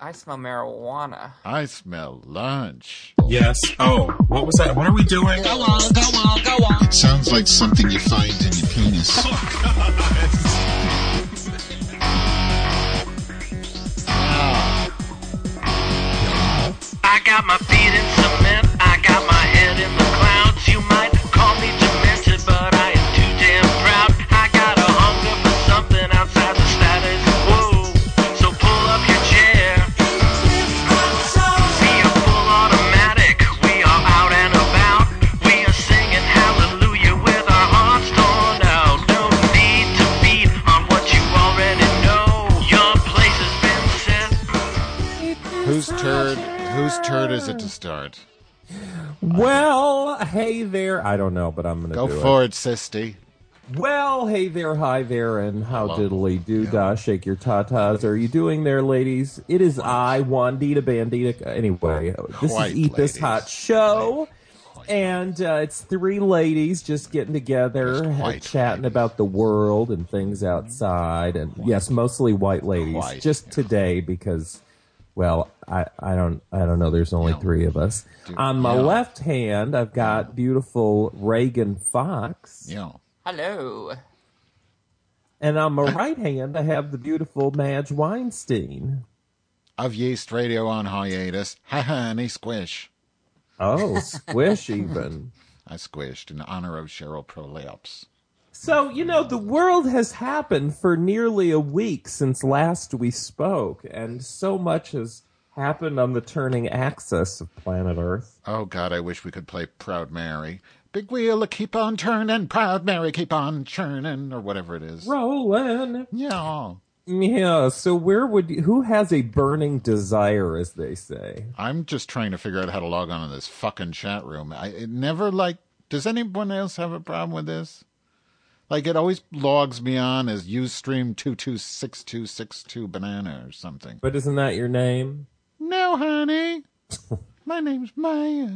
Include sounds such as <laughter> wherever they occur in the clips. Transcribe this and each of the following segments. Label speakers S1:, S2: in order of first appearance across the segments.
S1: I smell marijuana.
S2: I smell lunch.
S3: Yes. Oh, what was that? What are we doing?
S4: Go on, go on, go on.
S5: Sounds like something you find in your penis.
S6: I got my feet in cement, I got my head in the clouds. You might call me demented, but I am too damn proud. I got a hunger for something outside the status quo. So pull up your chair. We are full automatic, we are out and about. We are singing hallelujah with our hearts torn out. No need to beat on what you already know. Your place has been set.
S2: Whose turd? Whose turd is it to start?
S7: Well, hey there. I don't know, but I'm going to
S2: Go
S7: do
S2: for it, Sisty.
S7: it. Well, hey there, hi there, and how diddly do da, shake your tatas. Are you doing there, ladies? It is I, Wandita Bandita. Anyway, uh, this
S2: Quite,
S7: is Eat This
S2: ladies.
S7: Hot Show. And uh, it's three ladies just getting together,
S2: Just white
S7: chatting
S2: ladies.
S7: about the world and things outside. And yes, mostly white ladies.
S2: White,
S7: just
S2: yeah.
S7: today because, well, I, I don't I don't know. There's only three of us. On my left hand, I've got beautiful Reagan Fox.
S2: Yeah.
S1: Hello.
S7: And on my right hand, I have the beautiful Madge Weinstein.
S2: Of Yeast Radio on hiatus. Ha ha, and he squish.
S7: Oh, squish even.
S2: I squished in honor of Cheryl Prolapse.
S7: So, you know, the world has happened for nearly a week since last we spoke, and so much has happened on the turning axis of planet Earth.
S2: Oh God, I wish we could play Proud Mary. Big wheel, keep on turning. Proud Mary, keep on churning, or whatever it is.
S7: Rolling.
S2: Yeah.
S7: Yeah, so where would you, who has a burning desire, as they say?
S2: I'm just trying to figure out how to log on to this fucking chat room. I it never like. Does anyone else have a problem with this? Like it always logs me on as UStream two two six two six two banana or something.
S7: But isn't that your name?
S2: No, honey. My name's Maya.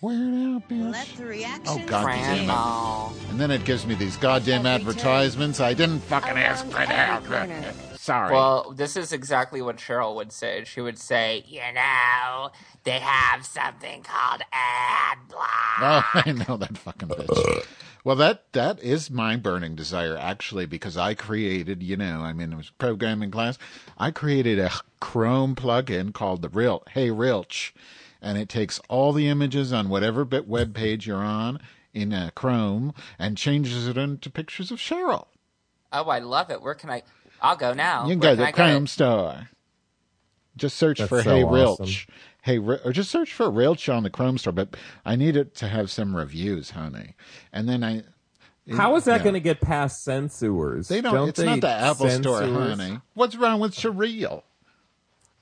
S2: Weird out, bitch.
S4: Let the reaction
S2: Oh God damn it!
S1: Grandma.
S2: And then it gives me these goddamn advertisements. I didn't fucking ask for
S4: corner.
S2: that. Sorry.
S1: Well, this is exactly what Cheryl would say. She would say, you know, they have something called ad block.
S2: Oh, <laughs> I know that fucking bitch. Well, that that is my burning desire actually, because I created, you know, I mean, it was programming class. I created a Chrome plugin called the Real Hey Rilch, and it takes all the images on whatever bit web page you're on in uh, Chrome and changes it into pictures of Cheryl.
S1: Oh, I love it. Where can I? I'll go now.
S2: You can
S1: Where
S2: go to the
S1: I
S2: Chrome store. Just search
S7: That's
S2: for
S7: so
S2: Hey
S7: awesome.
S2: Rilch. Hey, Ri- or just search for Rilch on the Chrome store. But I need it to have some reviews, honey. And then I.
S7: How is that
S2: yeah.
S7: going to get past censorers?
S2: They don't. it's
S7: they
S2: not the Apple Store,
S7: censors-
S2: honey. What's wrong with Surreal?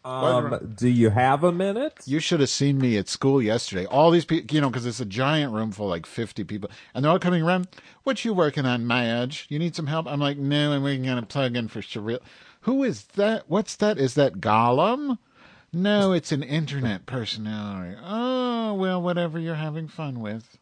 S7: Um, do you have a minute?
S2: You should have seen me at school yesterday. All these people, you know, because it's a giant room full of like 50 people, and they're all coming around. What you working on, Madge? You need some help? I'm like, no, I'm working on a plug-in for surreal. Who is that? What's that? Is that Gollum? No, it's an internet personality. Oh, well, whatever you're having fun with.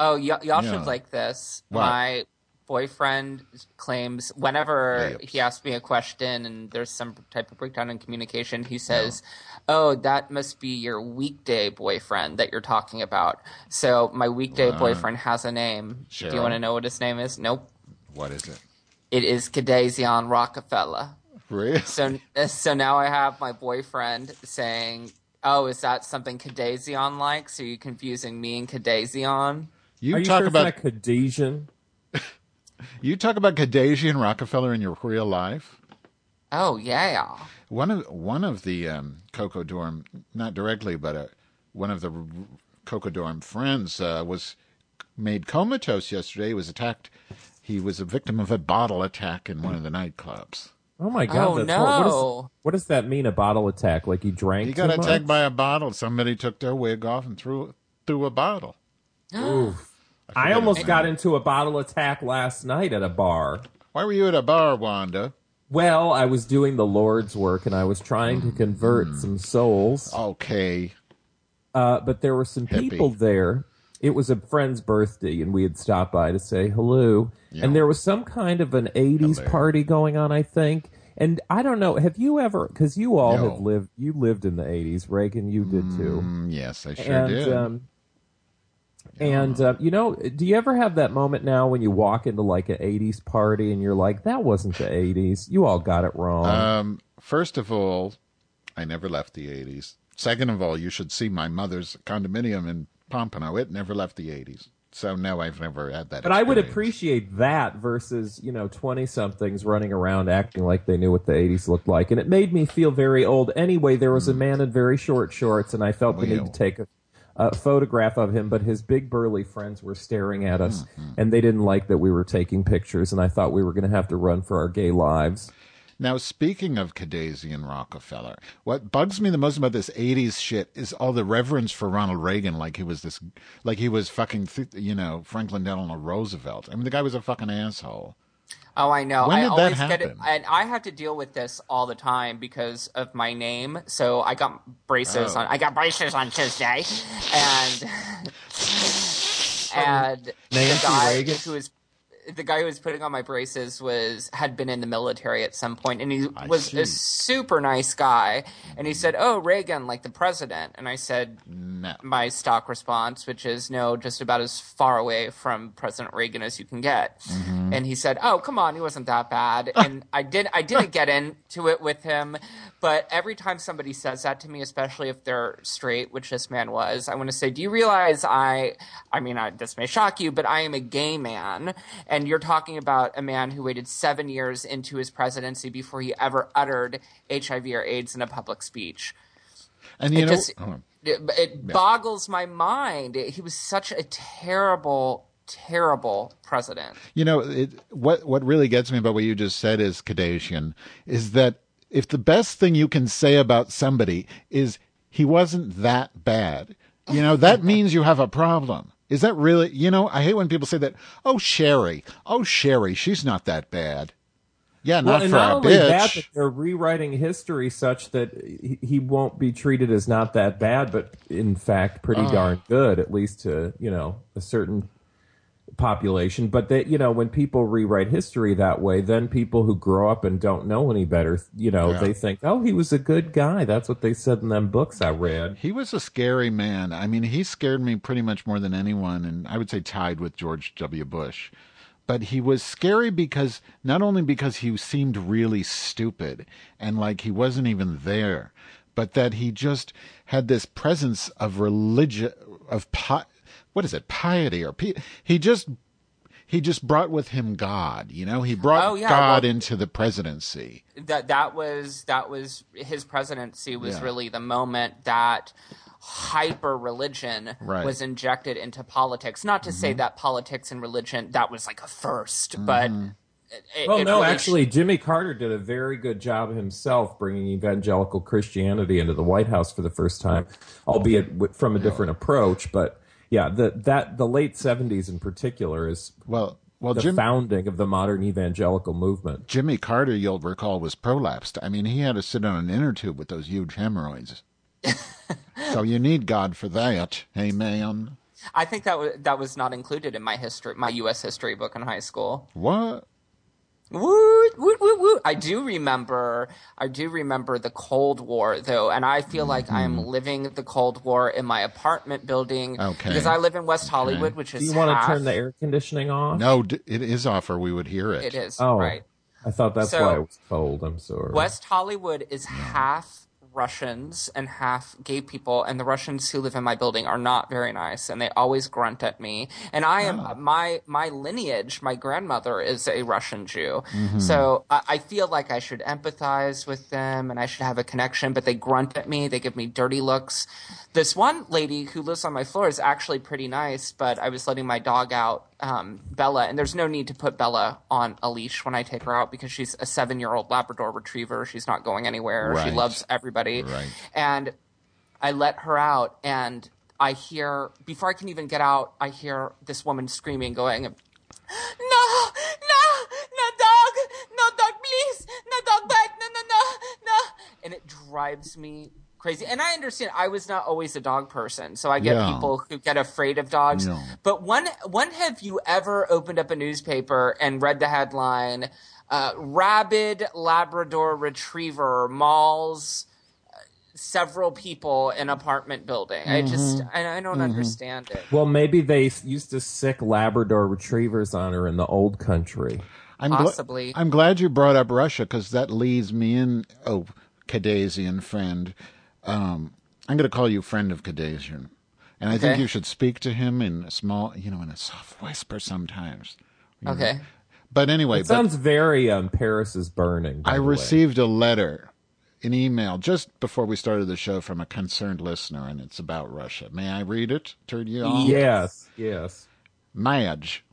S1: Oh, y- y'all
S2: Yeah.
S1: should like this.
S2: What?
S1: My boyfriend claims whenever he asks me a question and there's some type of breakdown in communication, he says, "Oh, that must be your weekday boyfriend that you're talking about." So my weekday boyfriend has a name. Do
S2: Cheryl.
S1: you want to know what his name is? Nope.
S2: What is it?
S1: It is Kadazion Rockefeller.
S2: Really?
S1: So so now I have my boyfriend saying. Oh, is that something Kadazion likes? Are you confusing me and Kadazion?
S2: You
S7: Are you
S2: talk
S7: sure
S2: about
S7: it's not Khadesian?
S2: you talk about Kardashian Rockefeller in your real life.
S1: Oh, yeah.
S2: One of one of the um, Coco Dorm, not directly, but uh, one of the r- r- Coco Dorm friends uh, was made comatose yesterday. He was attacked. He was a victim of a bottle attack in one of the nightclubs.
S7: Oh my god!
S1: Oh,
S7: that's hor- What,
S1: no.
S7: is, what does that mean? A bottle attack? Like you drank?
S2: He got
S7: too
S2: attacked
S7: much?
S2: by a bottle. Somebody took their wig off and threw threw a bottle.
S7: I,
S2: forget
S7: almost
S2: his
S7: got
S2: name.
S7: into a bottle attack last night at a bar.
S2: Why were you at a bar, Wanda?
S7: Well, I was doing the Lord's work and I was trying to convert
S2: Hmm.
S7: some souls,
S2: Okay,
S7: uh, but there were some
S2: Hippie.
S7: people there. It was a friend's birthday, and we had stopped by to say hello. And there was some kind of an '80s party going on, I think. And I don't know, have you ever? Because you all
S2: No.
S7: have lived, you lived in the '80s, Reagan. You did too.
S2: Mm, yes, I sure
S7: and
S2: did.
S7: um, and uh, you know, do you ever have that moment now when you walk into like an '80s party and you're like, "That wasn't the '80s. You all got it wrong."
S2: Um, first of all, I never left the 80s. Second of all, you should see my mother's condominium in Pompano. It never left the 80s. So, no, I've never had that.
S7: But I would
S2: experience.
S7: appreciate that versus, you know, 20 somethings running around acting like they knew what the 80s looked like. And it made me feel very old. Anyway, there was a man in very short shorts, and I felt the need
S2: Well.
S7: to take a, a photograph of him, but his big burly friends were staring at us, and they didn't like that we were taking pictures, and I thought we were going to have to run for our gay lives.
S2: Now, speaking of Cadesi and Rockefeller, what bugs me the most about this 80s shit is all the reverence for Ronald Reagan, like he was this, like he was fucking, th- you know, Franklin Delano Roosevelt. I mean, the guy was a fucking asshole.
S1: Oh, I know.
S2: When
S1: I
S2: did that
S1: always get it,
S2: happen?
S1: and I have to deal with this all the time because of my name. So I got braces
S2: Oh.
S1: on. I got braces on Tuesday, and and the
S7: Nancy
S1: guy
S7: Reagan?
S1: who was the guy who was putting on my braces was had been in the military at some point, and he was
S2: see.
S1: a super nice guy. And he said, "Oh, Reagan, like the president." And I said,
S2: No.
S1: my stock response, which is no, just about as far away from President Reagan as you can get. And he said, "Oh, come on, he wasn't that bad." And I did, I didn't get into it with him, but every time somebody says that to me, especially if they're straight, which this man was, I want to say, "Do you realize I? I mean, I, this may shock you, but I am a gay man, and you're talking about a man who waited seven years into his presidency before he ever uttered HIV or AIDS in a public speech."
S2: And, you
S1: It
S2: know,
S1: just-
S2: oh.
S1: it, it boggles my mind. He was such a terrible, terrible president.
S2: You know, it, what what really gets me about what you just said is Kadesian is that if the best thing you can say about somebody is he wasn't that bad, you know,
S7: <laughs>
S2: that means you have a problem. Is that really? You know, I hate when people say that. Oh, Sherry. Oh, Sherry. She's not that bad. Yeah,
S7: Well,
S2: not
S7: and
S2: for
S7: not
S2: a
S7: only
S2: bitch.
S7: that, but they're rewriting history such that he, he won't be treated as not that bad, but in fact, pretty darn good, at least to you know a certain population. But that you know, when people rewrite history that way, then people who grow up and don't know any better, you know, they think, oh, he was a good guy. That's what they said in them books I read.
S2: He was a scary man. I mean, he scared me pretty much more than anyone, and I would say tied with George W. Bush. But he was scary because not only because he seemed really stupid and like he wasn't even there, but that he just had this presence of religion, of pi- what is it, piety or pi- he just he just brought with him God. You know, he brought
S1: Oh, yeah,
S2: God
S1: well-
S2: into the presidency.
S1: That that was that was his presidency was
S2: Yeah.
S1: really the moment that hyper religion
S2: Right. Mm-hmm.
S1: was injected into politics. Not to say that politics and religion that was like a 1st but it- it-
S7: Well,
S1: it
S7: Oh, no,
S1: really-
S7: actually, Jimmy Carter did a very good job himself bringing evangelical Christianity into the White House for the first time, albeit wi- from a different approach. But yeah, the, that the late seventies in particular is
S2: Well, well,
S7: the
S2: Jim,
S7: founding of the modern evangelical movement.
S2: Jimmy Carter, you'll recall, was prolapsed. I mean, he had to sit on an inner tube with those
S1: <laughs>
S2: huge hemorrhoids. so you need God for that. Amen.
S1: I think that was that was not included in my history, my U.S. history book in high school.
S2: What?
S1: Woot, woot, woot, woot. I do remember, I do remember the Cold War though, and I feel like I
S2: Mm-hmm.
S1: am living the Cold War in my apartment building
S2: Okay.
S1: because I live in West Hollywood, which is
S7: Do you want
S1: half-
S7: to turn the air conditioning off?
S2: No, d- it is off or we would hear it.
S1: It is
S7: Oh,
S1: right.
S7: I thought that's
S1: So-
S7: why it was cold. I'm sorry.
S1: West Hollywood is half Russians and half gay people, and the Russians who live in my building are not very nice, and they always grunt at me. And I am my my lineage. My grandmother is a Russian Jew, so I, I feel like I should empathize with them and I should have a connection. But they grunt at me. They give me dirty looks. This one lady who lives on my floor is actually pretty nice, but I was letting my dog out um, Bella, and there's no need to put Bella on a leash when I take her out because she's a seven year old Labrador retriever. She's not going anywhere. She
S2: Right.
S1: loves everybody.
S2: Right.
S1: And I let her out, and I hear, before I can even get out, I hear this woman screaming, going, No, no, no dog, no dog, please, no dog bite, no, no, no, no. And it drives me crazy. And I understand I was not always a dog person, so I get
S2: Yeah.
S1: people who get afraid of dogs.
S2: No.
S1: But when when have you ever opened up a newspaper and read the headline uh, rabid Labrador retriever mauls uh, several people in apartment building? I just I, I don't understand it.
S7: Well, maybe they s- used to sick Labrador retrievers on her in the old country.
S2: I'm
S1: Possibly.
S2: I'm glad you brought up Russia because that leads me in. Oh, Cadasian friend, um, I'm going to call you friend of Cadasian, and I think
S1: Okay.
S2: you should speak to him in a small, you know, in a soft whisper sometimes.
S1: Okay.
S2: But anyway, but
S7: Sounds very um, Paris is burning. by
S2: I
S7: the way.
S2: received a letter, an email just before we started the show from a concerned listener, and it's about Russia. May I read it? Turn you on.
S7: Yes, yes.
S2: Madge,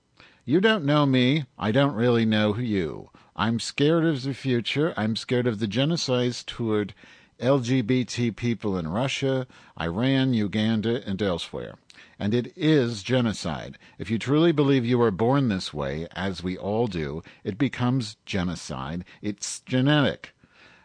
S2: you don't know me. I don't really know you. I'm scared of the future. I'm scared of the genocides toward LGBT people in Russia, Iran, Uganda, and elsewhere. And it is genocide. If you truly believe you were born this way, as we all do, it becomes genocide. It's genetic.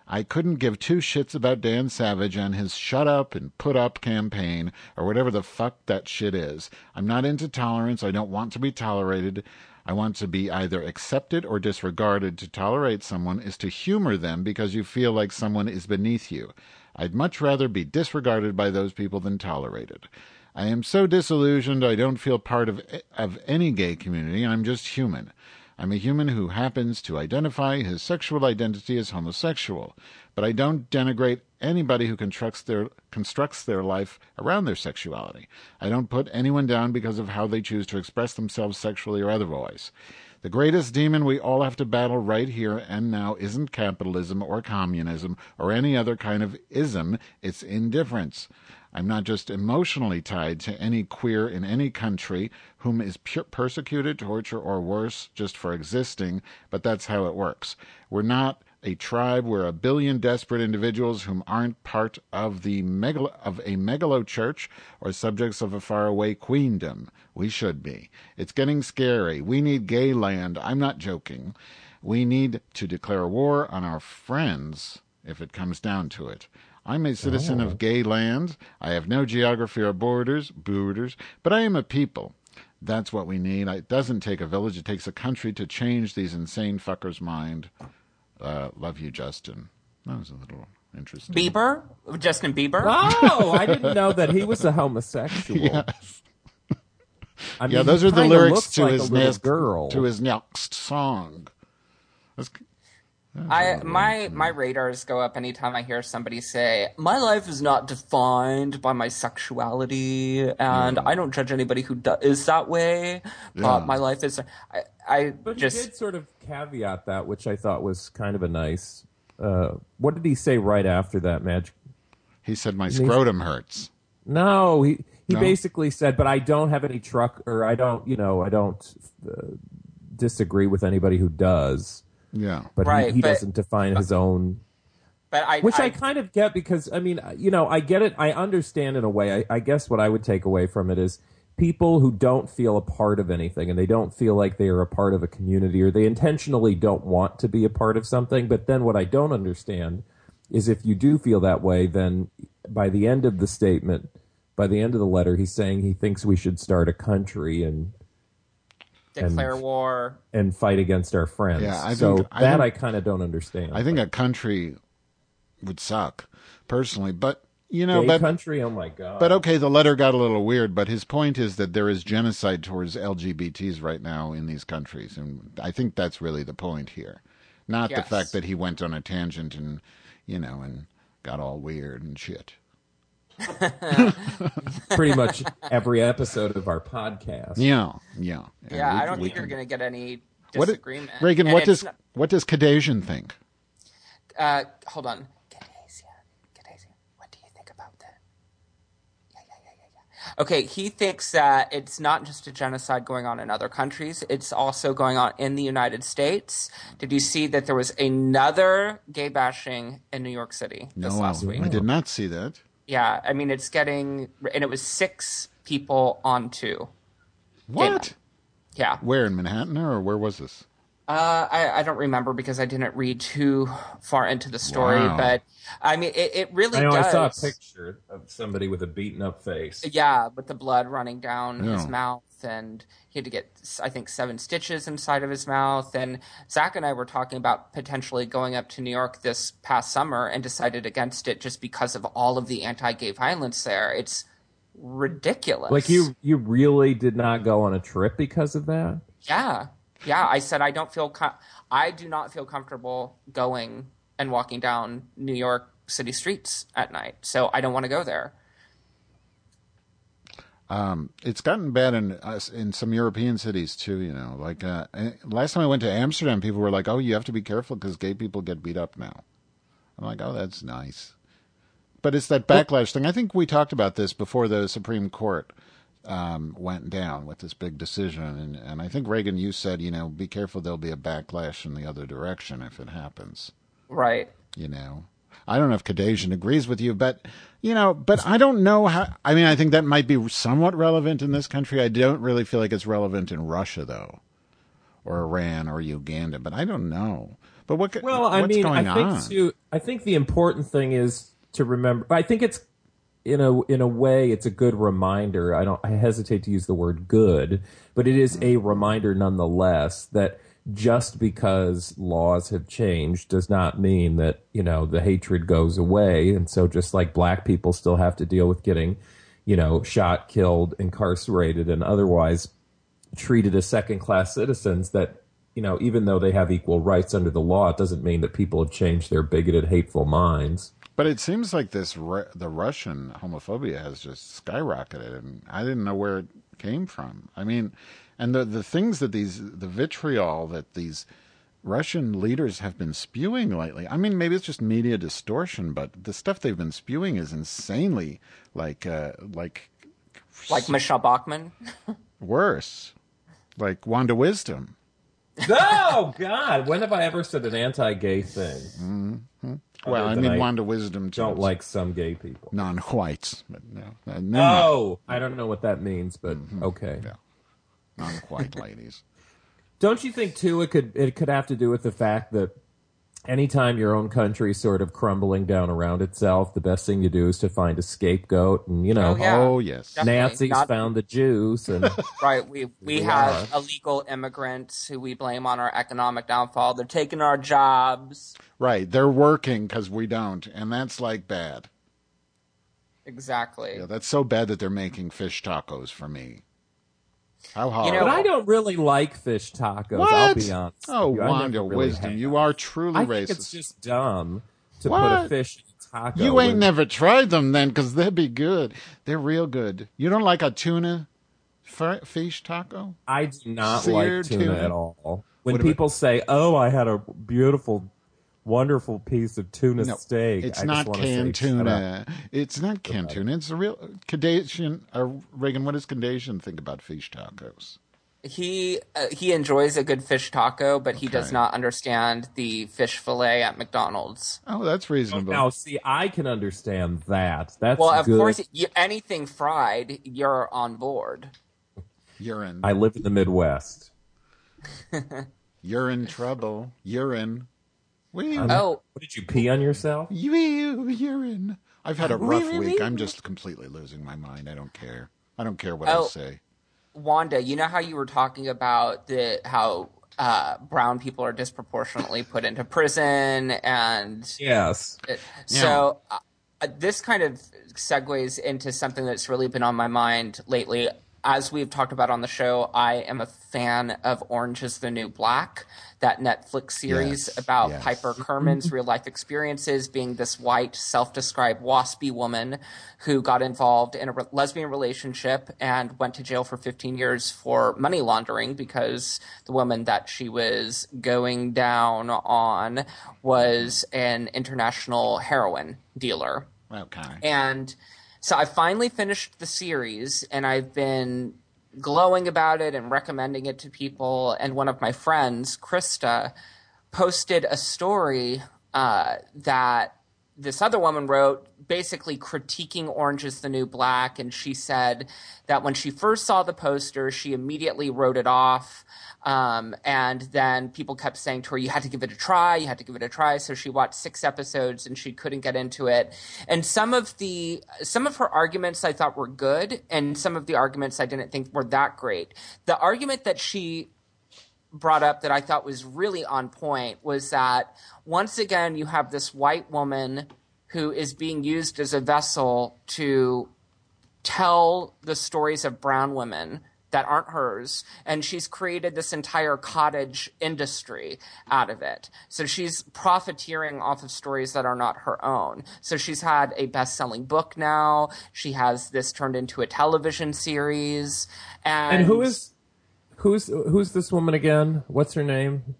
S2: I couldn't give two shits about Dan Savage and his shut up and put up campaign or whatever the fuck that shit is. I'm not into tolerance. I don't want to be tolerated. I want to be either accepted or disregarded. To tolerate someone is to humor them because you feel like someone is beneath you. I'd much rather be disregarded by those people than tolerated. I am so disillusioned I don't feel part of of any gay community. I'm just human. I'm a human who happens to identify his sexual identity as homosexual, but I don't denigrate anybody who constructs their constructs their life around their sexuality. I don't put anyone down because of how they choose to express themselves sexually or otherwise. The greatest demon we all have to battle right here and now isn't capitalism or communism or any other kind of ism, it's indifference. I'm not just emotionally tied to any queer in any country whom is pu- persecuted, tortured, or worse just for existing, but that's how it works. We're not a tribe, we're a billion desperate individuals whom aren't part of the megalo- of a megalo church or subjects of a faraway queendom. We should be. It's getting scary. We need gay land. I'm not joking. We need to declare war on our friends if it comes down to it. I'm a citizen
S7: Oh.
S2: of gay land. I have no geography or borders, borders, but I am a people. That's what we need. It doesn't take a village, it takes a country to change these insane fuckers' mind. Uh, love you, Justin. That was a little interesting.
S1: Bieber, Justin Bieber.
S7: Oh, I didn't know that he was
S2: <laughs>
S7: a homosexual. I mean,
S2: Yeah, those
S7: he
S2: are the
S7: kinda
S2: lyrics
S7: looks
S2: to
S7: like a
S2: his
S7: little
S2: next
S7: girl.
S2: to his next song. That's,
S1: I my my radars go up anytime I hear somebody say, "My life is not defined by my sexuality, and I don't judge anybody who do- is that way." But my life is. I, I
S7: But he
S1: just
S7: did sort of caveat that, which I thought was kind of a nice. Uh, what did he say right after that match?
S2: he said my scrotum hurts.
S7: No, he he basically said, "But I don't have any truck, or I don't, you know, I don't uh, disagree with anybody who does."
S2: Yeah.
S7: But he-
S1: Right,
S7: he,
S1: but-
S7: doesn't define his own
S1: but I
S7: which I,
S1: I-
S7: kind of get because I mean, you know, I get it. I understand in a way. I, I guess what I would take away from it is people who don't feel a part of anything and they don't feel like they are a part of a community or they intentionally don't want to be a part of something. But then what I don't understand is if you do feel that way, then by the end of the statement, by the end of the letter, he's saying he thinks we should start a country and
S1: declare war.
S7: and fight against our friends.
S2: Yeah, I
S7: so
S2: think- I
S7: that
S2: think-
S7: I kind of don't understand.
S2: I think a country would suck personally, but you know,
S7: Gay
S2: but
S7: country, oh my god!
S2: But okay, the letter got a little weird, but his point is that there is genocide towards LGBTs right now in these countries. And I think that's really the point here. Not
S1: Yes.
S2: the fact that he went on a tangent and, you know, and got all weird and shit.
S7: pretty much every episode of our podcast.
S2: Yeah, yeah. And
S1: Yeah,
S2: we-
S1: I don't
S2: we
S1: think you're
S2: can-
S1: going to get any
S2: What-
S1: disagreement.
S2: Reagan,
S1: And
S2: what
S1: it's
S2: does,
S1: not-
S2: what does Cadasian think?
S1: uh, hold on. Gadasia, Gadasia, what do you think about that? Yeah, yeah, yeah, yeah, yeah. Okay, he thinks that it's not just a genocide going on in other countries, it's also going on in the United States. Did you see that there was another gay bashing in New York City this
S2: No, I,
S1: last week?
S2: I did not see that.
S1: Yeah, I mean, it's getting, and it was six people on two.
S2: What?
S1: Yeah.
S2: Where in Manhattan or where was this?
S1: Uh, I, I don't remember because I didn't read too far into the story,
S2: Wow.
S1: but I mean, it, it really
S7: I know.
S1: does.
S7: I saw a picture of somebody with a beaten up face.
S1: Yeah, with the blood running down his
S2: Yeah.
S1: mouth, and he had to get, I think, seven stitches inside of his mouth. And Zach and I were talking about potentially going up to New York this past summer and decided against it just because of all of the anti gay violence there. It's ridiculous.
S7: Like you, you really did not go on a trip because of that.
S1: Yeah. Yeah. I said, I don't feel, com- I do not feel comfortable going and walking down New York city streets at night. So I don't want to go there.
S2: it's gotten bad in us in some European cities too. You know, like uh, eh, last time I went to Amsterdam, people were like, "Oh, you have to be careful because gay people get beat up now." I'm like, "Oh, that's nice," but it's that backlash thing. I think we talked about this before the Supreme Court um, went down with this big decision, and, and I think Reagan, you said, you know, be careful. There'll be a backlash in the other direction if it happens
S1: Right.
S2: you know i don't know if Kadesian agrees with you but you know but i don't know how i mean i think that might be somewhat relevant in this country i don't really feel like it's relevant in russia though or iran or uganda but i don't know but what
S7: Well, I
S2: what's
S7: mean,
S2: going
S7: I think
S2: on
S7: too. I think the important thing is to remember. I think it's in a in a way it's a good reminder. I don't. I hesitate to use the word good, but it is
S2: Mm.
S7: a reminder nonetheless that just because laws have changed does not mean that you know the hatred goes away. And so, just like black people still have to deal with getting you know shot, killed, incarcerated, and otherwise treated as second class citizens that you know even though they have equal rights under the law it doesn't mean that people have changed their bigoted hateful minds
S2: but it seems like this Ru- the russian homophobia has just skyrocketed and i didn't know where it came from i mean and the the things that these the vitriol that these Russian leaders have been spewing lately. I mean, maybe it's just media distortion, but the stuff they've been spewing is insanely like uh, like
S1: Like Michelle Bachman.
S2: worse, like Wanda Wisdom.
S7: oh god when have i ever said an anti-gay thing
S2: Well, I
S7: than
S2: mean,
S7: I
S2: Wanda Wisdom too.
S7: don't like some gay people
S2: non-whites, but no, uh, no,
S7: oh i don't know what that means but
S1: Mm-hmm.
S7: okay
S2: non-white ladies.
S7: don't you think too it could it could have to do with the fact that anytime your own country's sort of crumbling down around itself the best thing to do is to find a scapegoat and you know
S1: Oh, yeah.
S2: Oh yes,
S1: Definitely.
S7: nazis
S1: Not-
S7: found the
S1: <laughs>
S7: jews and
S1: Right. We we have illegal immigrants who we blame on our economic downfall. They're taking our jobs.
S2: right. They're working because we don't, and that's like bad.
S1: Exactly.
S2: Yeah, that's so bad that they're making fish tacos for me. How hard?
S1: know,
S7: But I don't really like fish tacos. I'll be honest.
S2: Oh,
S7: with you. I
S2: Wanda
S7: never really
S2: Wisdom,
S7: had-
S2: you are truly
S7: I
S2: racist.
S7: think it's just dumb to put
S2: What?
S7: a fish in a taco.
S2: you ain't
S7: and-
S2: never tried them then, because they'd be good. They're real good. You don't like a tuna fr- fish taco?
S7: I do not
S2: seared
S7: like tuna,
S2: tuna.
S7: at all. When
S2: What about-
S7: people say, "Oh, I had a beautiful, wonderful piece of tuna
S2: No,
S7: steak," I
S2: it's
S7: just
S2: not
S7: wanna say,
S2: canned
S7: "Shut
S2: tuna.
S7: up."
S2: It's not canned tuna. It's a real Cadesian. Uh, Reagan, what does Cadesian think about fish tacos?
S1: He uh, he enjoys a good fish taco, but he does
S2: Okay.
S1: not understand the fish fillet at McDonald's.
S2: Oh, that's reasonable.
S7: Now, see, I can understand that. That's
S1: Well, of
S7: good.
S1: course, you, anything fried, you're on board.
S2: Urine.
S7: I live in the Midwest.
S2: You're in trouble. Urine. We.
S1: Oh,
S7: What did you pee on yourself?
S2: You urine. I've had a rough week. I'm just completely losing my mind. I don't care. I don't care what I
S1: Oh.
S2: say.
S1: Wanda, you know how you were talking about the how uh, brown people are disproportionately put into prison and
S7: Yes.
S1: So uh, uh, this kind of segues into something that's really been on my mind lately. As we've talked about on the show, I am a fan of Orange is the New Black, that Netflix series
S2: Yes,
S1: about
S2: yes.
S1: Piper Kerman's real life experiences being this white, self described waspy woman who got involved in a re- lesbian relationship and went to jail for 15 years for money laundering because the woman that she was going down on was an international heroin dealer.
S2: Okay.
S1: And so I finally finished the series and I've been glowing about it and recommending it to people. And one of my friends, Krista, posted a story uh, that this other woman wrote basically critiquing Orange is the New Black, and she said that when she first saw the poster, she immediately wrote it off. Um, and then people kept saying to her, You had to give it a try, you had to give it a try. So she watched six episodes and she couldn't get into it. And some of the some of her arguments I thought were good, and some of the arguments I didn't think were that great. The argument that she brought up that I thought was really on point was that once again you have this white woman who is being used as a vessel to tell the stories of brown women that aren't hers and she's created this entire cottage industry out of it so she's profiteering off of stories that are not her own so she's had a best-selling book now she has this turned into a television series and,
S7: And who is who's who's this woman again? What's her name?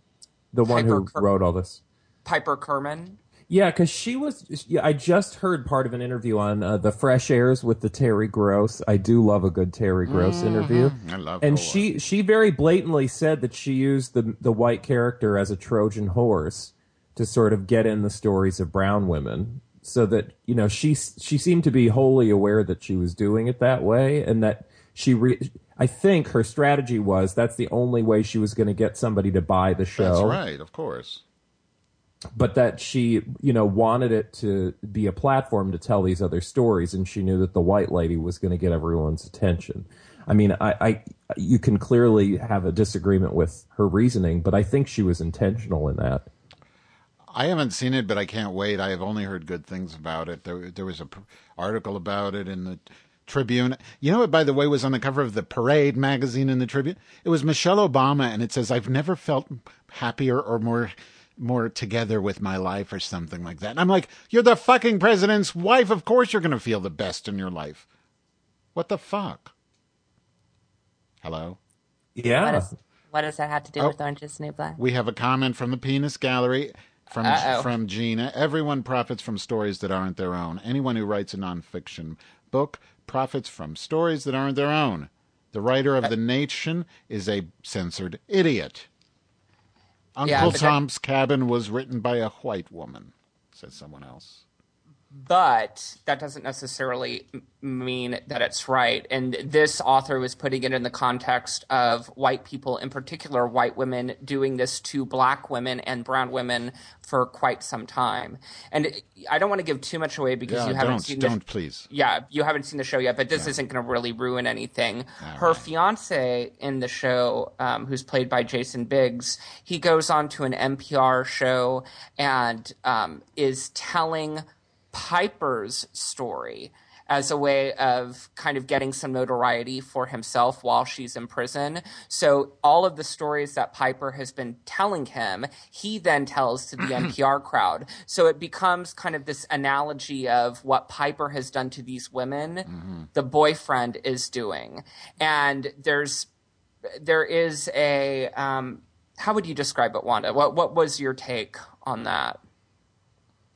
S7: The one who
S1: Piper Cur-
S7: wrote all this.
S1: piper kerman
S7: Yeah, because she was. Yeah, I just heard part of an interview on uh, the Fresh Airs with the Terry Gross. I do love a good Terry Gross interview.
S2: I love
S7: And
S2: whore.
S7: she she very blatantly said that she used the the white character as a Trojan horse to sort of get in the stories of brown women, so that you know she she seemed to be wholly aware that she was doing it that way, and that she re. I think her strategy was that's the only way she was going to get somebody to buy the show
S2: That's right, of course.
S7: but that she you know wanted it to be a platform to tell these other stories and she knew that the white lady was going to get everyone's attention i mean I, I you can clearly have a disagreement with her reasoning but i think she was intentional in that
S2: I haven't seen it, but I can't wait. I have only heard good things about it. There, there was an article about it in the Tribune. You know what, by the way, was on the cover of the Parade magazine in the Tribune? It was Michelle Obama, and it says, I've never felt happier or more more together with my life or something like that. And I'm like, you're the fucking president's wife. Of course you're going to feel the best in your life. What the fuck? Hello?
S7: yeah
S8: What does that have to do
S2: Oh.
S8: with Orange is the New Black?
S2: We have a comment from the Penis Gallery from
S1: Uh-oh.
S2: from Gina. Everyone profits from stories that aren't their own. Anyone who writes a nonfiction book profits from stories that aren't their own. The writer
S1: Uh,
S2: of The Nation is a censored idiot. Uncle
S1: Yeah, but that-
S2: Tom's Cabin was written by a white woman, says someone else.
S1: but that doesn't necessarily m- mean that it's right. And this author was putting it in the context of white people, in particular white women, doing this to black women and brown women for quite some time. And it- I don't want to give too much away because
S2: Yeah,
S1: you haven't
S2: don't
S1: seen the-
S2: don't please.
S1: yeah, you haven't seen the show yet, but this isn't going to really ruin anything. Her fiance in the show, um, who's played by Jason Biggs, he goes on to an NPR show and um, is telling Piper's story as a way of kind of getting some notoriety for himself while she's in prison. So all of the stories that Piper has been telling him, he then tells to the NPR crowd. So it becomes kind of this analogy of what Piper has done to these women, the boyfriend is doing. And there's there is a um, how would you describe it, Wanda? What what was your take on that?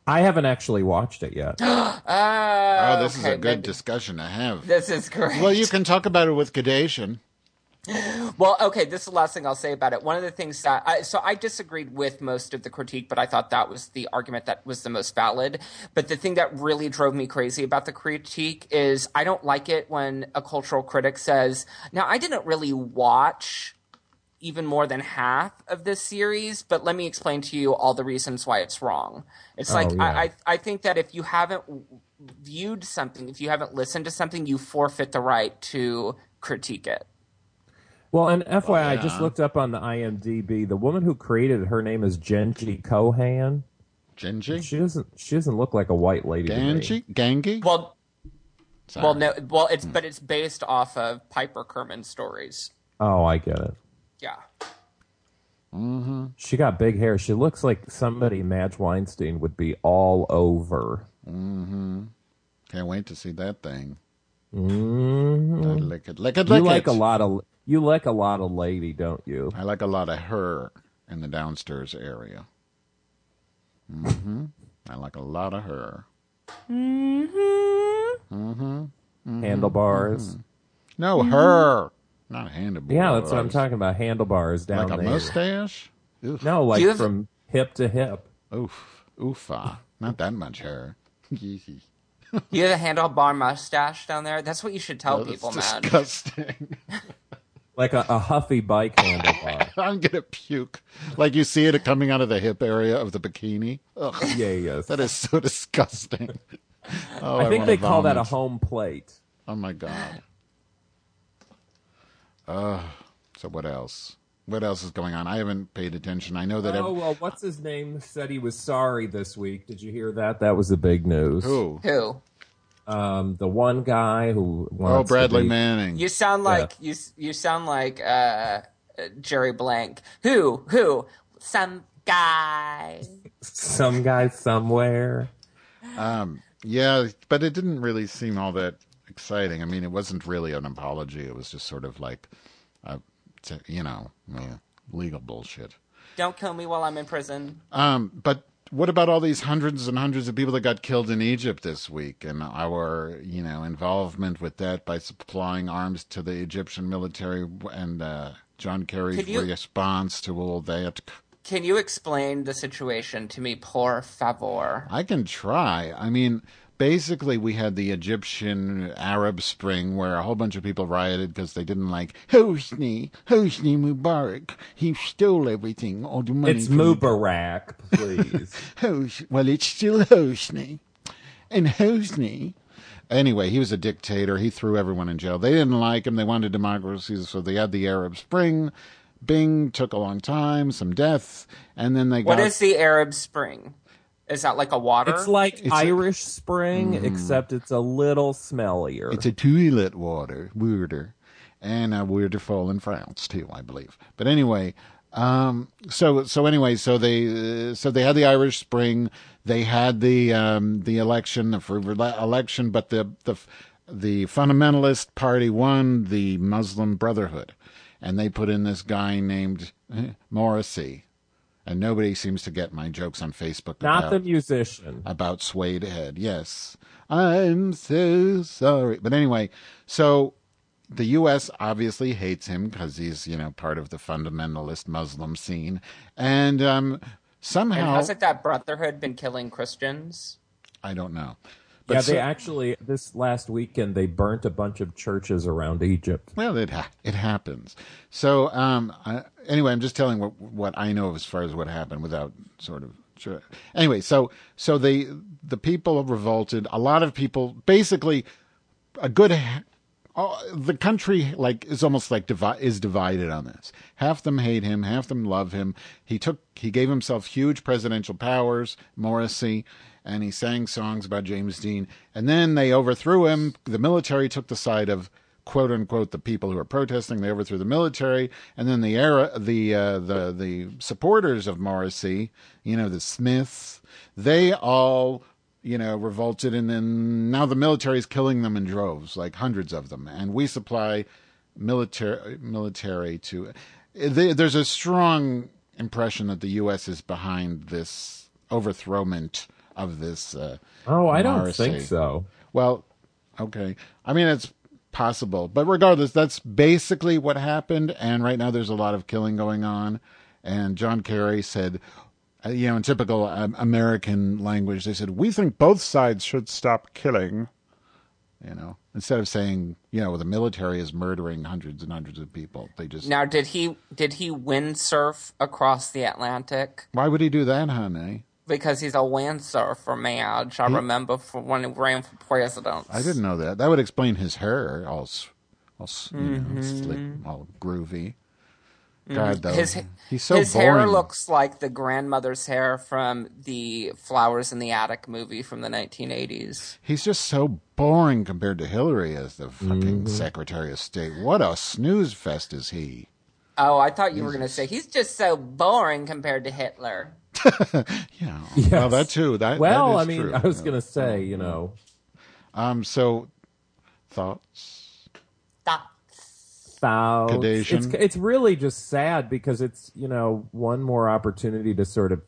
S7: i haven't actually watched it yet
S2: oh, this is
S1: okay,
S2: a good
S1: maybe.
S2: discussion to have.
S1: This is great.
S2: well, you can talk about it with Kadation.
S1: Well, okay, this is the last thing I'll say about it. One of the things that I, so I disagreed with most of the critique, but I thought that was the argument that was the most valid. But the thing that really drove me crazy about the critique is I don't like it when a cultural critic says, "Now I didn't really watch even more than half of this series, but let me explain to you all the reasons why it's wrong." It's like
S7: yeah.
S1: I, I I think that if you haven't w- viewed something, if you haven't listened to something, you forfeit the right to critique it.
S7: well and fyi i just looked up on the imdb the woman who created it, her name is genji kohan
S2: Genji?
S7: she doesn't she doesn't look like a white lady to me.
S2: Ganji? Gangi?
S1: Well,
S2: Sorry.
S1: Well, no. Well, it's but it's based off of Piper Kerman stories.
S7: oh i get it
S1: Yeah.
S7: She got big hair. She looks like somebody Madge Weinstein would be all over.
S2: Can't wait to see that thing.
S7: Mm,
S2: I Lick it, lick it,
S7: you
S2: lick
S7: like
S2: it.
S7: a lot of you like a lot of lady, don't you?
S2: I like a lot of her in the downstairs area. hmm I like a lot of her. Mm-hmm.
S7: Handlebars.
S2: No, her, not handlebar.
S7: Mm-hmm. Yeah, that's what I'm talking about. Handlebars down
S2: Like a
S7: there.
S2: mustache? Oof.
S7: No, like
S1: You have-
S7: from hip to hip.
S2: <laughs> Oof. Oofa. Not that much hair.
S1: You have a handlebar mustache down there. That's what you should tell
S2: That's
S1: people, Oh, man.
S2: disgusting. <laughs>
S7: like a, a huffy bike handlebar.
S2: I'm gonna puke. Like you see it coming out of the hip area of the bikini. Ugh,
S7: yeah,
S2: <laughs>
S7: yes.
S2: that is so disgusting. Oh,
S7: I think
S2: wanna
S7: they call that a
S2: vomit.
S7: home plate.
S2: Oh my god. <sighs> Uh, so what else? What else is going on? I haven't paid attention. I know that.
S7: Oh
S2: ev-
S7: well, what's his name said he was sorry this week. Did you hear that? That was the big news.
S2: who?
S1: Who?
S7: Um, the one guy who
S2: Oh,
S7: wants to
S2: Bradley
S7: be-
S2: Manning.
S1: You sound like you. s- You sound like uh, uh, Jerry Blank. Who? Who? Some guy.
S7: some guy somewhere.
S2: Um, Yeah, but it didn't really seem all that exciting. I mean, it wasn't really an apology. It was just sort of like, uh, t- you know, uh, legal bullshit.
S1: Don't kill me while I'm in prison.
S2: Um, but what about all these hundreds and hundreds of people that got killed in Egypt this week and our, you know, involvement with that by supplying arms to the Egyptian military and uh, John Kerry's
S1: Could you-
S2: response to all that?
S1: Can you explain the situation to me, por favor?
S2: I can try. I mean, basically, we had the Egyptian Arab Spring where a whole bunch of people rioted because they didn't like Hosni, Hosni Mubarak. He stole everything, all the money.
S7: It's
S2: from the
S7: Mubarak, please.
S2: Hos- well, it's still Hosni. And Hosni. Anyway, he was a dictator. He threw everyone in jail. They didn't like him. They wanted democracy, so they had the Arab Spring. Bing took a long time, some death, and then they
S1: What
S2: got.
S1: is the Arab Spring? Is that like a water?
S7: <laughs> it's like Irish Spring, except it's a little smellier.
S2: It's a toilet water, weirder, and a weirder fall in France too, I believe. But anyway, um, so so anyway, so they uh, so they had the Irish Spring, they had the um, the election, the free rela- election, but the the the fundamentalist party won the Muslim Brotherhood, and they put in this guy named eh, Morrissey, and nobody seems to get my jokes on Facebook.
S7: Not
S2: about-
S7: the musician.
S2: about suede head. Yes, I'm so sorry. But anyway, so the U.S. obviously hates him because he's you know part of the fundamentalist Muslim scene, and um,
S1: and
S2: somehow
S1: hasn't that Brotherhood been killing Christians?
S2: I don't know. But
S7: Yeah,
S2: so-
S7: they actually this last weekend they burnt a bunch of churches around Egypt.
S2: Well, it ha- it happens. So um, I, anyway, I'm just telling what what I know as far as what happened without sort of sure. Anyway, so so they the people revolted. A lot of people, basically, a good. ha- all- The country like is almost like divi- is divided on this. Half them hate him, half them love him. He took he gave himself huge presidential powers, Morrissey, and he sang songs about James Dean. And then they overthrew him. The military took the side of quote unquote the people who are protesting. They overthrew the military, and then the era, the uh, the the supporters of Morrissey, you know, the Smiths, they all you know revolted, and then now the military is killing them in droves, like hundreds of them, and we supply military military to. There- There's a strong impression that the U.S. is behind this overthrowment of this. Uh,
S7: Oh, I don't
S2: Morrissey.
S7: think so.
S2: well, okay. I mean, it's possible, but regardless, that's basically what happened. And right now, there's a lot of killing going on. And John Kerry said, uh, you know, in typical um, American language, they said, "We think both sides should stop killing." You know, instead of saying, you know, the military is murdering hundreds and hundreds of people, they just
S1: Now, did he did he windsurf across the Atlantic?
S2: why would he do that, honey?
S1: Because he's a windsurfer, Madge. I remember from when he ran for president.
S2: Hmm? I didn't know that. That would explain his hair, all, s- all s- you know, slick, all groovy. God, though,
S1: Mm-hmm. His,
S2: he's so
S1: his
S2: boring.
S1: hair looks like the grandmother's hair from the Flowers in the Attic movie from the 1980s.
S2: He's just so boring compared to Hillary as the fucking
S7: Mm-hmm.
S2: Secretary of State. What a snooze fest is he?
S1: Oh, I thought you were going to say he's just so boring compared to Hitler.
S2: Yeah,
S7: <laughs> Yes.
S2: well, that too. That that
S7: Well,
S2: is
S7: I mean,
S2: true. Mm-hmm.
S7: I was gonna say, you know,
S2: Um, so thoughts?
S1: Stop.
S7: thousands.
S2: Cadation.
S7: It's it's really just sad because it's you know one more opportunity to sort of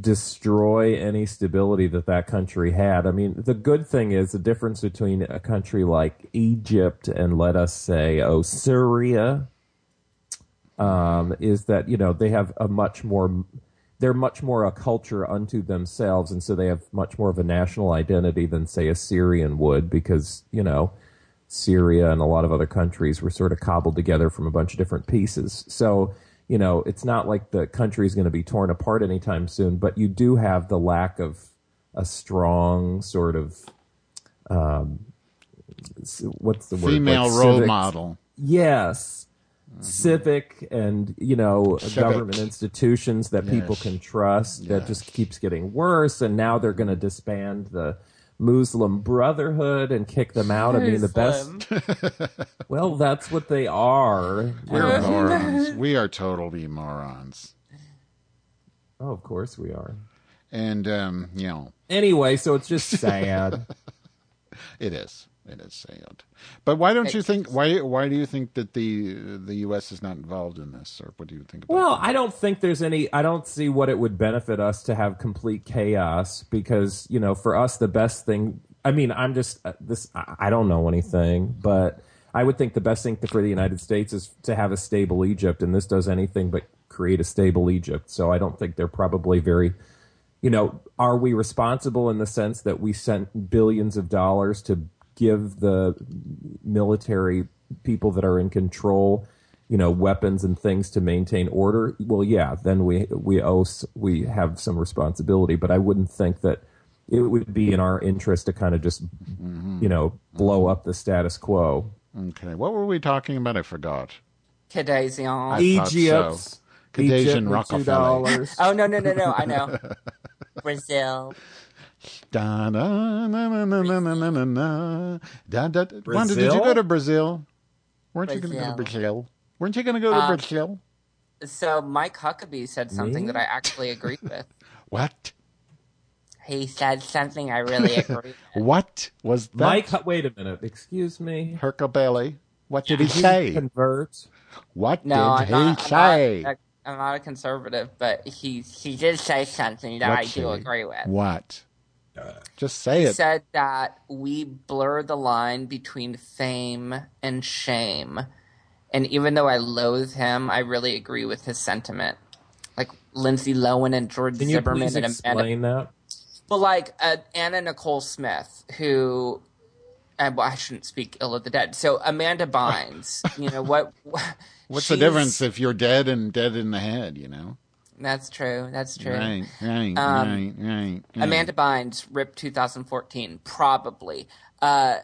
S7: destroy any stability that that country had. I mean, the good thing is the difference between a country like Egypt and let us say oh Syria um, is that you know they have a much more they're much more a culture unto themselves, and so they have much more of a national identity than say a Syrian would, because you know Syria and a lot of other countries were sort of cobbled together from a bunch of different pieces. So you know it's not like the country is going to be torn apart anytime soon, but you do have the lack of a strong sort of um, what's the word
S2: Female
S7: Like
S2: role
S7: civic-
S2: model.
S7: Yes. Civic and you know government institutions that people can trust that just keeps getting worse, and now they're going to disband the Muslim Brotherhood and kick them out. I mean, the best. Well, that's what they are.
S2: We're
S1: Uh-huh.
S2: morons. We are totally morons.
S7: Oh, of course we are.
S2: And um, you know,
S7: Anyway, so it's just sad.
S2: It is. It is sad. But why don't you think? Why why do you think that the the U.S. is not involved in this, or what do you think? About
S7: Well, I don't think there's any. I don't see what it would benefit us to have complete chaos because you know, for us, the best thing. I mean, I'm just uh, this. I I don't know anything, but I would think the best thing for the United States is to have a stable Egypt, and this does anything but create a stable Egypt. So I don't think they're probably very. You know, are we responsible in the sense that we sent billions of dollars to give the military people that are in control you know weapons and things to maintain order well yeah then we we owe s- we have some responsibility but i wouldn't think that it would be in our interest to kind of just
S2: Mm-hmm.
S7: you know blow up the status quo
S2: Okay. What were we talking about? I forgot.
S1: Kadazion.
S2: thought so.
S7: Egypt's-
S2: Khadijah
S7: Egypt
S2: and
S7: with
S2: Rockefeller.
S7: $2.
S1: Oh no no no no! I
S2: <laughs>
S1: know.
S8: Brazil.
S2: Da na na na na na na na na na. Da da. da. Wanda, did you
S7: Brazil?
S2: go to Brazil? Weren't you going to go to
S8: Brazil.
S2: Brazil? Weren't you going to go to Brazil?
S1: So Mike Huckabee said something
S7: Me?
S1: that I actually agree with.
S2: What?
S8: He said something
S7: <laughs>
S8: I really agree with.
S2: What was that?
S7: <laughs> mike hu- wait a minute excuse me
S2: Hercabelli. What did he
S7: Did you
S2: say?
S7: convert
S2: What
S1: No, I'm
S2: did
S1: not, I'm
S2: he
S1: not
S2: say?
S1: a- I'm not a conservative, but he he did say something that
S2: What
S1: I do
S2: say?
S1: agree with.
S2: What? Just say
S1: He
S2: it.
S1: said that we blur the line between fame and shame. And even though I loathe him, I really agree with his sentiment. Like Lindsay Lohan and George
S7: can you
S1: Zimmerman
S7: please
S1: and Amanda
S7: explain that
S1: But like uh, Anna Nicole Smith, who uh, well, I shouldn't speak ill of the dead. So Amanda Bynes, you know what?
S2: What's the difference if you're dead and dead in the head? You know.
S1: That's true. That's true.
S2: Right, right,
S7: Um,
S2: right, right, right.
S1: Amanda Bynes, RIP 2014, probably. Uh,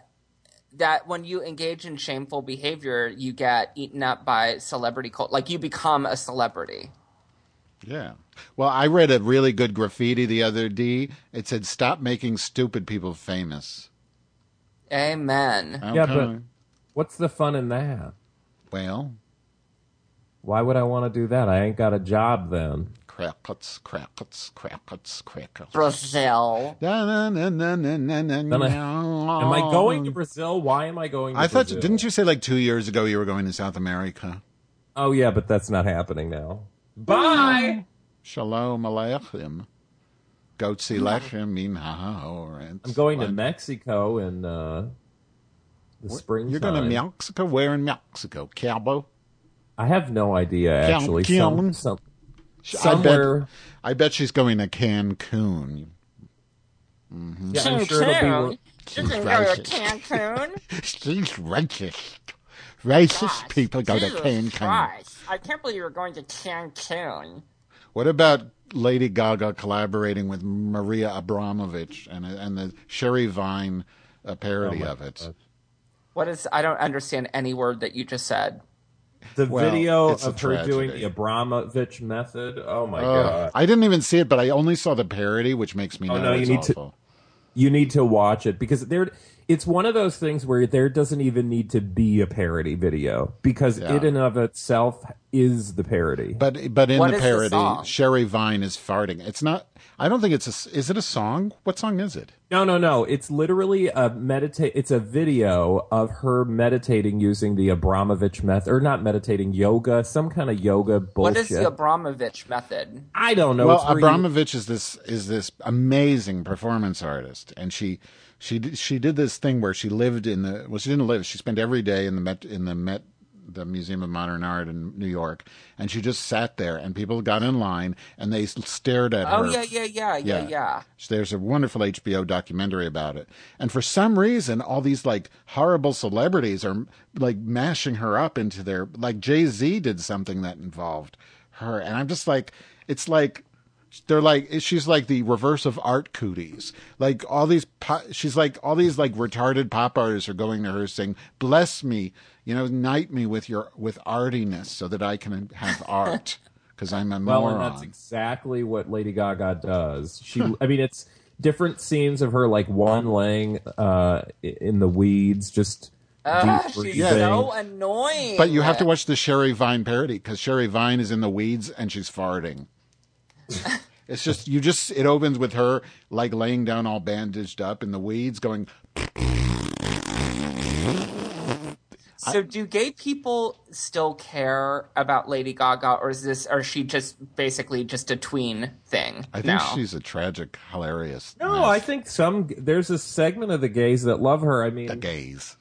S1: that when you engage in shameful behavior, you get eaten up by celebrity cult. Like you become a celebrity.
S2: Yeah. Well, I read a really good graffiti the other day. It said, "Stop making stupid people famous."
S1: Amen.
S2: Okay.
S7: Yeah, but- what's the fun in that
S2: well,
S7: why would i want to do that i ain't got a job then
S2: crackets, crackets, crackets, crackets.
S1: Brazil.
S7: Then I- am
S2: Am
S7: i going to brazil why am i going to
S2: Um, I thought.
S7: Brazil?
S2: Didn't you say like two years ago you were going to South America?
S7: oh yeah but that's not happening now bye
S2: Shalom aleichem. Gotzi lechem min haoretz.
S7: Hmm. I'm going to Mexico in uh, the spring.
S2: You're going to Mexico? Where in Mexico? Cabo.
S7: I have no idea actually.
S2: Cancun.
S7: Some, some,
S2: I bet,
S7: somewhere.
S2: I bet she's going to Cancun. <laughs>
S7: Yeah, I'm sure it'll be.
S2: She's racist.
S8: Cancun?
S2: She's racist. Racist people go to Cancun.
S8: I can't believe you're going to Cancun.
S2: What about Lady Gaga collaborating with Maria Abramovich and uh, and the Sherry Vine uh,
S7: Oh
S2: parody of it?
S1: What is? I don't understand any word that you just said.
S7: The
S2: Well,
S7: video
S2: it's a
S7: of her doing
S2: tragedy.
S7: the Abramovich method. Oh my
S2: Uh,
S7: god!
S2: I didn't even see it, but I only saw the parody, which makes me
S7: Oh,
S2: know
S7: no, you
S2: it's
S7: need to-
S2: awful.
S7: you need to watch it because there. It's one of those things where there doesn't even need to be a parody video because
S2: Yeah.
S7: it in and of itself is the parody.
S2: But but in
S1: What
S2: the
S1: is the
S2: parody,
S1: song?
S2: Sherry Vine is farting. It's not. I don't think it's a. s- Is it a song? What song is it?
S7: No, no, no. It's literally a meditate. It's a video of her meditating using the Abramovich method, or not meditating, yoga, some kind of yoga bullshit.
S1: What is the Abramovich method?
S7: I don't know.
S2: well,
S7: It's where you-
S2: Abramovich is this is this amazing performance artist, and she she d- she did this thing where she lived in the well, she didn't live. She spent every day in the Met in the Met the Museum of Modern Art in New York, and she just sat there, and people got in line and they stared at
S1: Oh
S2: her.
S1: yeah, yeah, yeah, yeah,
S2: Yeah.
S1: yeah.
S2: So there's a wonderful HBO documentary about it. And for some reason, all these like horrible celebrities are like mashing her up into their like Jay Z did something that involved her, and I'm just like, it's like. They're like she's like the reverse of art cooties. Like all these, po- she's like all these like retarded pop artists are going to her saying, "Bless me, you know, knight me with your with artiness, so that I can have
S7: <laughs>
S2: art, because I'm a
S7: Well,
S2: moron."
S7: and that's exactly what Lady Gaga does. She, I mean, it's different scenes of her, like one laying uh, in the weeds, just
S1: Ah,
S7: deep
S1: she's
S7: breathing.
S1: so annoying.
S2: But you have to watch the Sherry Vine parody because Sherry Vine is in the weeds and
S1: <laughs>
S2: she's farting. it's just you just it opens with her like laying down all bandaged up in the weeds, going
S1: So, do gay people still care about Lady Gaga, or is this, or is she just basically just a tween thing?
S2: I think
S1: now?
S2: she's a tragic, hilarious
S7: No, I think some there's a segment of the gays that love her. I mean,
S2: the gays.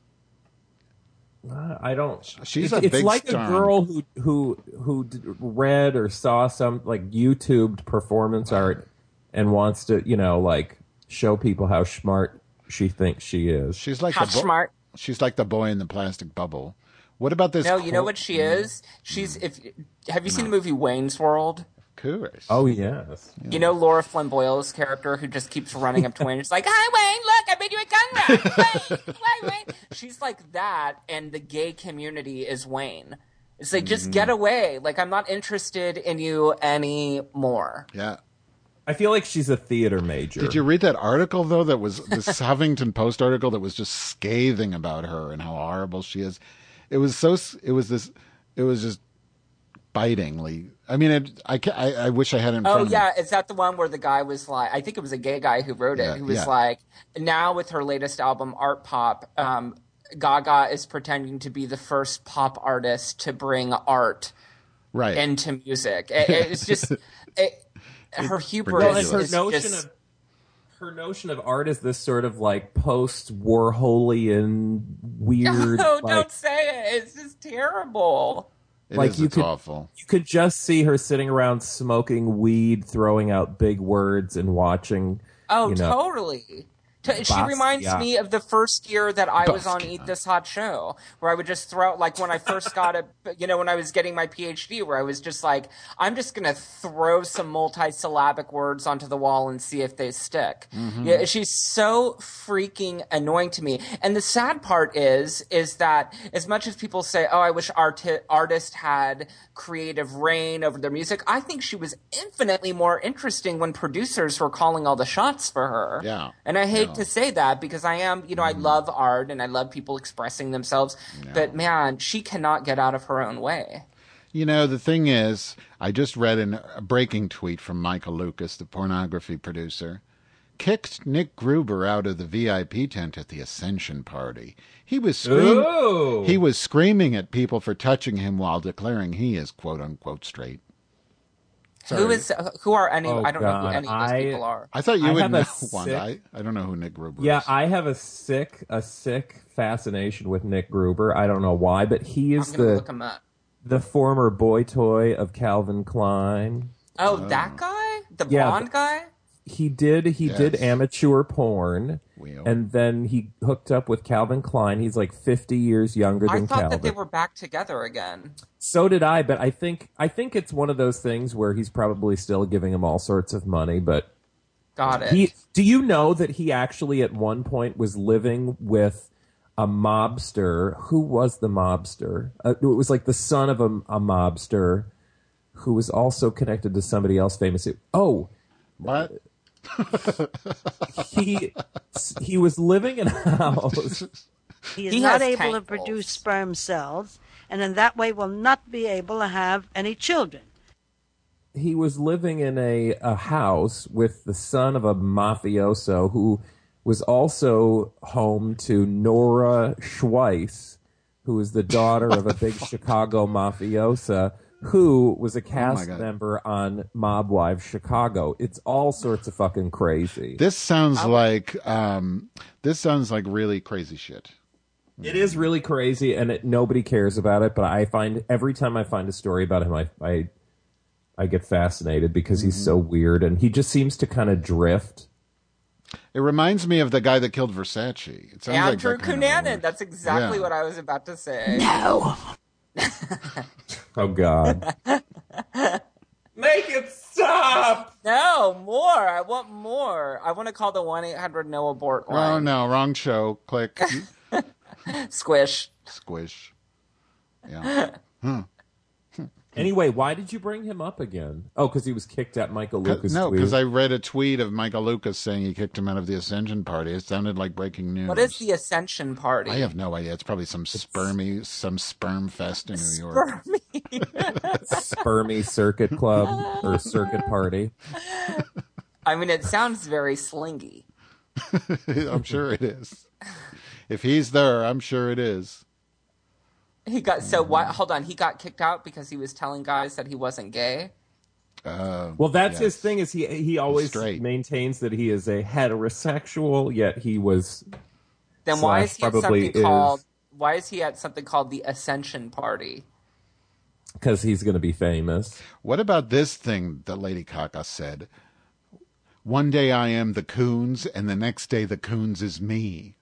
S7: I don't.
S2: She's
S7: it's,
S2: a
S7: it's
S2: big
S7: like
S2: star.
S7: a girl who who who d- read or saw some like YouTubed performance art and wants to you know like show people how smart she thinks she is.
S2: She's like
S1: How
S2: the bo-
S1: smart.
S2: she's like the boy in the plastic bubble. What about this?
S1: No, you know
S2: cool-
S1: what she is? She's
S2: Mm.
S1: if have you seen the movie Wayne's World?
S2: Coors.
S7: Oh yes,
S1: You know Laura Flynn Boyle's character who just keeps running up to Wayne. It's like, "Hi Wayne, look, I made you a
S2: <laughs>
S1: gun Wayne, Wayne, Wayne." She's like that, and the gay community is Wayne. It's like just get
S2: Mm-hmm.
S1: away. Like I'm not interested in you anymore.
S2: yeah.
S7: I feel like she's a theater major.
S2: Did you read that article though? That was this <laughs> Huffington Post article that was just scathing about her and how horrible she is. It was so. s- It was this. It was just bitingly. I mean, it, I, ca- I I wish I hadn't.
S1: Oh yeah, is that the one where the guy was like? I think it was a gay guy who wrote it.
S2: Yeah,
S1: who was
S2: yeah.
S1: like, now with her latest album, Art Pop, um, Gaga is pretending to be the first pop artist to bring art
S2: Right.
S1: into music. It- it's
S7: <laughs>
S1: just it, her hubris.
S2: Well,
S7: and her
S1: is
S7: notion
S1: just,
S7: of her notion of art is this sort of like post Warholian
S1: <laughs>
S7: weird.
S1: no,
S7: like,
S1: don't say it. It's just terrible.
S2: It
S7: like
S2: is,
S7: you
S2: it's
S7: could-
S2: awful.
S7: you could just see her sitting around smoking weed, throwing out big words, and watching.
S1: Oh,
S7: you know,
S1: totally. To, she
S7: Basquiat.
S1: reminds me of the first year that I was on Eat This Hot Show, where I would just throw like when I first got a, <laughs> you know, when I was getting my PhD, where I was just like, I'm just gonna throw some multisyllabic words onto the wall and see if they stick. Yeah, she's so freaking annoying to me. And the sad part is, is that as much as people say, "Oh, I wish art- artist had creative reign over their music," I think she was infinitely more interesting when producers were calling all the shots for her.
S2: Yeah. Mm-hmm.
S1: And I hate to say that because I am, you know, I love art and I love people expressing themselves, but man, she cannot get out of her own way.
S2: You know, the thing is, I just read an, a breaking tweet from Michael Lucas, the pornography producer. Kicked Nick Gruber out of the VIP tent at the Ascension party. He was screaming.
S7: Ooh.
S2: He was screaming at people for touching him while declaring he is quote unquote straight.
S1: Who is who are any?
S7: Oh,
S1: I don't know
S7: God.
S1: who any of
S7: I-
S1: those people are.
S2: I thought you
S7: I
S2: would
S7: have
S2: know <laughs>
S7: a
S2: one.
S7: sick-
S2: I, I don't know who Nick Gruber
S7: Yeah,
S2: is.
S7: I have a sick, a sick fascination with Nick Gruber. I don't know why, but he
S1: I'm
S7: is
S1: gonna look
S7: the
S1: him up.
S7: the former boy toy of Calvin Klein.
S1: Oh, that guy, the
S7: Yeah,
S1: blonde guy.
S7: He did he did
S2: Yes.
S7: amateur porn,
S2: Well.
S7: and then he hooked up with Calvin Klein. He's like fifty years younger
S1: I
S7: than
S1: thought
S7: Calvin.
S1: that they were back together again.
S7: So did I, but I think I think it's one of those things where he's probably still giving him all sorts of money, but
S1: Got it.
S7: He, do you know that he actually at one point was living with a mobster? Who was the mobster? Uh, it was like the son of a, a mobster who was also connected to somebody else famous. It- oh,
S2: What?
S7: he <laughs> he was living in a house.
S9: He is
S1: He
S9: not
S1: has
S9: able to
S1: tangles.
S9: produce sperm cells, and in that way will not be able to have any children.
S7: He was living in a, a house with the son of a mafioso who was also home to Nora Schweiss, who is the daughter of a big Chicago mafiosa who was a cast
S2: God.
S7: member on Mob Wives Chicago. It's all sorts of fucking crazy.
S2: This sounds like um, this sounds like really crazy shit.
S7: It is really crazy, and it, nobody cares about it. But I find every time I find a story about him, I I, I get fascinated because he's so weird, and he just seems to kind of drift.
S2: It reminds me of the guy that killed Versace. It sounds like
S1: Andrew
S2: that kind of
S1: Cunanan.
S2: works.
S1: That's exactly
S2: Yeah.
S1: what I was about to say.
S9: No.
S7: Oh God! Make it stop!
S1: No, more. I want more. I want to call the 1 800 No Abort
S2: Oh
S1: line.
S2: no, wrong show.
S7: <laughs>
S2: Click,
S1: Squish.
S2: squish. Yeah,
S7: <laughs> Anyway, why did you bring him up again? Oh, because he was kicked at Michael Lucas.
S2: no,
S7: tweet.
S2: because I read a tweet of Michael Lucas saying he kicked him out of the Ascension Party. It sounded like breaking news.
S1: What is the Ascension Party?
S2: I
S1: <laughs>
S2: have no idea. It's probably some spermy, some sperm fest in New York.
S7: <laughs> spermy
S2: <laughs>
S7: circuit club or circuit party.
S1: I mean, it sounds very slingy.
S2: <laughs> I'm sure it is. If he's there, I'm sure it is.
S1: He got so what?
S2: Mm-hmm.
S1: Hold on, he got kicked out because he was telling guys that he wasn't gay.
S2: Uh,
S7: Well, that's his thing. Is he he always
S2: Straight.
S7: maintains that he is a heterosexual, yet he was
S1: Then why
S7: Slash
S1: is he at
S7: probably
S1: something
S7: is.
S1: called? Why is he at something called the Ascension Party?
S7: because he's going to be famous.
S2: What about this thing that Lady Gaga said? One day I am the Coons, and the next day the Coons is me.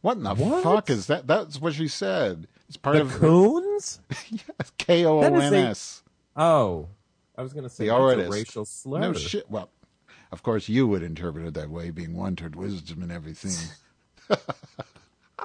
S2: What in the
S7: What?
S2: fuck is that? That's what she said. It's part
S7: The
S2: of
S7: Coons?
S2: <laughs> K O O N S.
S7: Oh, I was going to say
S2: The
S7: that's
S2: artist.
S7: a racial slur.
S2: No shit. Well, of course you would interpret it that way, being one turned wisdom and
S7: <laughs>
S2: everything.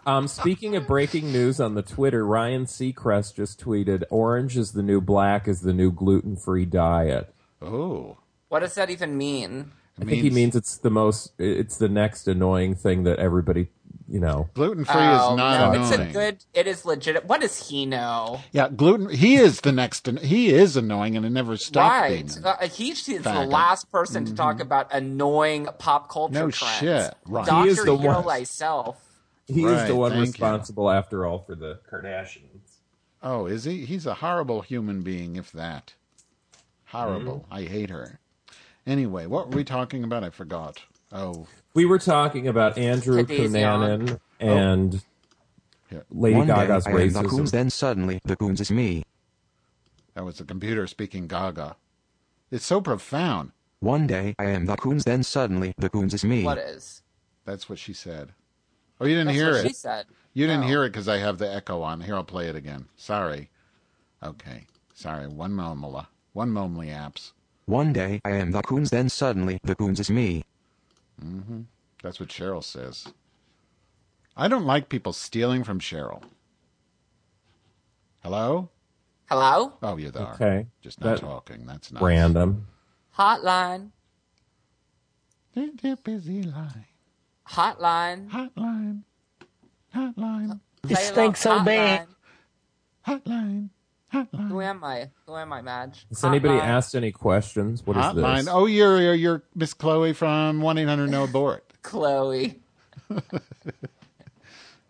S7: Um, speaking of breaking news on the Twitter, Ryan Seacrest just tweeted: "Orange is the new black is the new gluten free diet."
S2: Oh,
S1: What does that even mean?
S7: I think he means it's the most. It's the next annoying thing that everybody, you know.
S2: gluten free
S1: Oh,
S2: is not
S1: no, it's
S2: annoying.
S1: a good. It is legit. What does he know?
S2: yeah, gluten. He is the next. He is annoying, and it never stopped being.
S1: Right.
S2: annoying.
S1: Uh, he is the
S2: Faggot. Mm-hmm.
S1: last person to talk about annoying pop culture
S2: No
S1: trends.
S2: shit. Right.
S1: Doctor
S7: He is
S1: Yo
S7: the worst.
S1: Thyself.
S7: He is
S2: Right,
S7: the one
S2: thank you.
S7: responsible, after all, for the Kardashians.
S2: Oh, is he? He's a horrible human being, if that. Horrible.
S1: Mm-hmm.
S2: I hate her. Anyway, what were we talking about? I forgot. Oh,
S7: We were talking about Andrew
S1: Today's
S7: Cunanan and
S2: Yeah.
S7: Lady
S10: One day
S7: Gaga's
S10: I am the Coons,
S7: racism.
S10: then suddenly the Coons is me.
S2: that was the computer speaking gaga. It's so profound.
S10: One day I am the Coons, then suddenly the Coons is me.
S1: What is?
S2: That's what she said. Oh, you didn't
S1: That's
S2: hear
S1: what
S2: it.
S1: she said.
S2: You didn't
S1: No.
S2: hear it because I have the echo on. Here, I'll play it again. Sorry. Okay. Sorry. One momla. One momly apps.
S10: One day I am the Coons, then suddenly the Coons is me.
S2: That's what Cheryl says. I don't like people stealing from Cheryl. Hello?
S1: Hello.
S2: Oh, you there.
S7: Okay.
S2: Just not
S7: That-
S2: talking. That's not.
S7: Random.
S1: Hotline.
S2: They're busy line.
S1: Hotline.
S2: Hotline. Hotline.
S1: This stinks so bad.
S2: Hotline. Hotline.
S1: Who am I? Who am I, Madge?
S7: Has anybody
S1: Hotline.
S7: asked any questions? What is
S2: Hotline.
S7: this?
S2: Oh, you're, you're, you're Miss Chloe from 1 800 No
S1: <laughs>
S2: Abort.
S1: Chloe?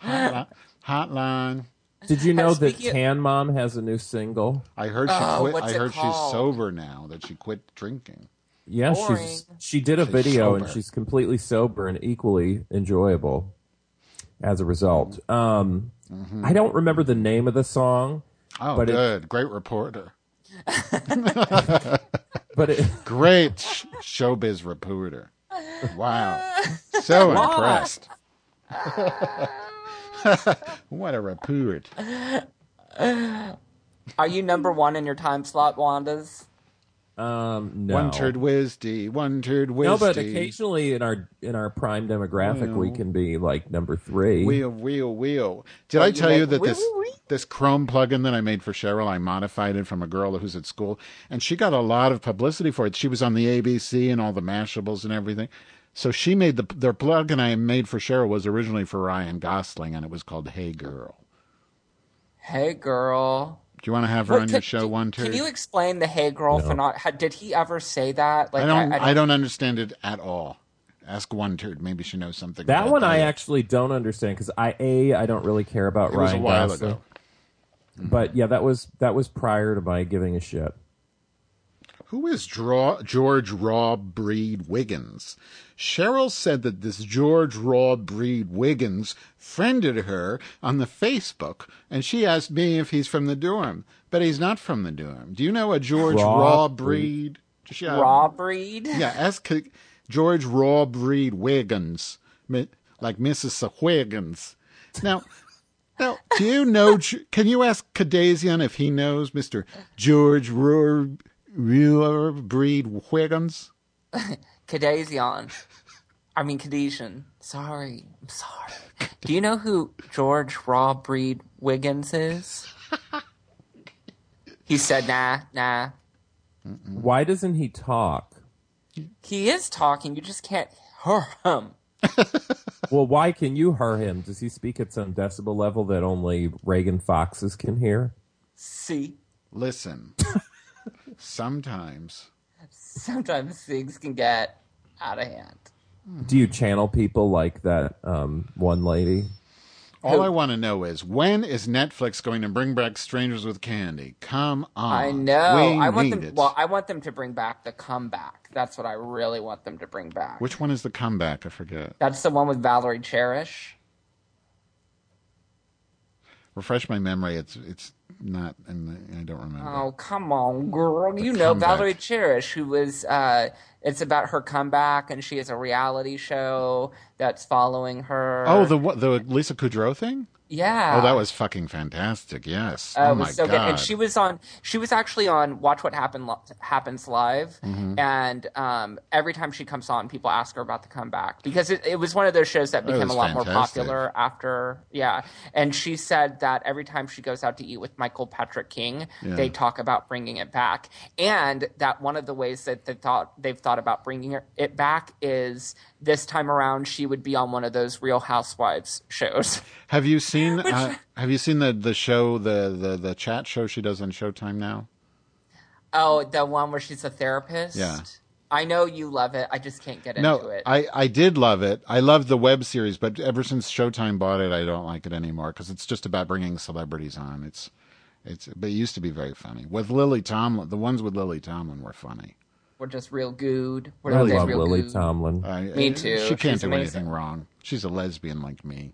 S2: Hotline. Hotline.
S7: Did you know that
S1: Speaking of-
S7: Tan Mom has a new single?
S2: I heard she
S1: Oh,
S2: quit.
S1: what's
S2: I
S1: it
S2: heard she's
S1: called?
S2: sober now that she quit drinking.
S7: Yeah, she's
S1: Boring.
S7: she did a
S2: She's
S7: video and
S2: sober.
S7: she's completely sober and equally enjoyable as a result. Um,
S2: Mm-hmm.
S7: I don't remember the name of the song,
S2: Oh,
S7: But it-
S2: good. Great reporter.
S7: but
S2: <laughs>
S7: it,
S2: Great sh- showbiz reporter. Wow. So impressed. what a report.
S1: Are you number one in your time slot, Wanda's?
S7: um, no.
S2: One turd wisdy, one turd wisdy.
S7: No, but occasionally in our in our prime demographic, we can be like number three.
S2: Wheel, wheel, wheel. Did I
S1: you
S2: tell you
S1: make
S2: that
S1: wheel,
S2: this
S1: wheel, wheel?
S2: this Chrome plugin that I made for Cheryl, I modified it from a girl who's at school, and she got a lot of publicity for it. She was on the ABC and all the Mashables and everything. So she made the their plugin I made for Cheryl was originally for Ryan Gosling, and it was called Hey Girl.
S1: Hey, girl.
S2: Do you want to have her
S1: Wait,
S2: on
S1: could-
S2: your show
S1: can-
S2: one turd?
S1: Can you explain the "Hey girl"
S7: No.
S1: for not? How, did he ever say that? Like
S2: I don't. I don't, understand it at all. Ask one turd. Maybe she knows something.
S7: That
S2: about
S7: one I
S2: that.
S7: actually don't understand because I a I don't really care about
S2: It was
S7: Ryan
S2: a while
S7: Gosling.
S2: ago. Mm-hmm.
S7: But yeah, that was that was prior to my giving a shit.
S2: Who is Draw, George Raw Breed Wiggins? Cheryl said that this George Raw Breed Wiggins friended her on the Facebook, and she asked me if he's from the dorm, but he's not from the dorm. Do you know a George
S7: Raw
S2: Raw, Breed? Yeah.
S1: Raw breed?
S2: Yeah, ask K- George Raw Breed Wiggins, mi- like Mrs. Wiggins.
S1: <laughs>
S2: Now, now, do you know? Ge- Can you ask Cadesian if he knows Mister George Raw Raw Breed Wiggins?
S1: Cadesian. I mean, Cadesian. Sorry. I'm sorry. Do you know who George Raw Breed Wiggins is? he said, nah, nah.
S7: Why doesn't he talk?
S1: He is talking. You just can't hear him.
S7: Well, why can you hear him? Does he speak at some decibel level that only Reagan foxes can hear?
S1: See? <laughs>
S2: Listen, sometimes
S1: Sometimes things can get out of hand.
S7: Do you channel people like that um, one lady?
S2: all I want to know is when is Netflix going to bring back Strangers with Candy? Come on,
S1: I know.
S2: Uh, We
S1: I want
S2: need
S1: them.
S2: it.
S1: Well, I want them to bring back the comeback. That's what I really want them to bring back.
S2: Which one is the comeback? I forget.
S1: That's the one with Valerie Cherish.
S2: Refresh my memory. It's it's not, in the, I don't remember.
S1: Oh, come on, girl. You know
S2: comeback.
S1: Valerie Cherish, who was, uh, it's about her comeback, and she has a reality show that's following her.
S2: Oh, the what, the Lisa Kudrow thing?
S1: yeah.
S2: oh, that was fucking fantastic. Yes.
S1: Uh,
S2: oh
S1: it
S2: my
S1: was so
S2: god.
S1: good. And she was on. She was actually on Watch What Happen Lo- Happens Live.
S2: Mm-hmm.
S1: And um, every time she comes on, people ask her about the comeback because it, it was one of those shows that
S2: That
S1: became a
S2: was
S1: lot more
S2: fantastic.
S1: popular after. Yeah. And she said that every time she goes out to eat with Michael Patrick King,
S2: Yeah.
S1: they talk about bringing it back. And that one of the ways that they thought they've thought about bringing it- it back is this time around she would be on one of those Real Housewives shows.
S2: have
S1: <laughs>
S2: you seen uh, Have you seen the the show the, the the chat show she does on Showtime now?
S1: Oh, the one where she's a therapist.
S2: Yeah.
S1: I know you love it. I just can't get into
S2: No,
S1: it.
S2: I I did love it. I loved the web series, but ever since Showtime bought it, I don't like it anymore because it's just about bringing celebrities on. It's it's but it used to be very funny with Lily Tomlin. The ones with Lily Tomlin were funny.
S1: We're just real good. We're
S7: I
S1: not
S7: love
S1: real
S7: Lily
S1: good.
S7: Tomlin.
S2: I,
S1: Me
S2: uh,
S1: too.
S2: She can't
S1: She's
S2: do
S1: amazing.
S2: anything wrong. She's a lesbian like me.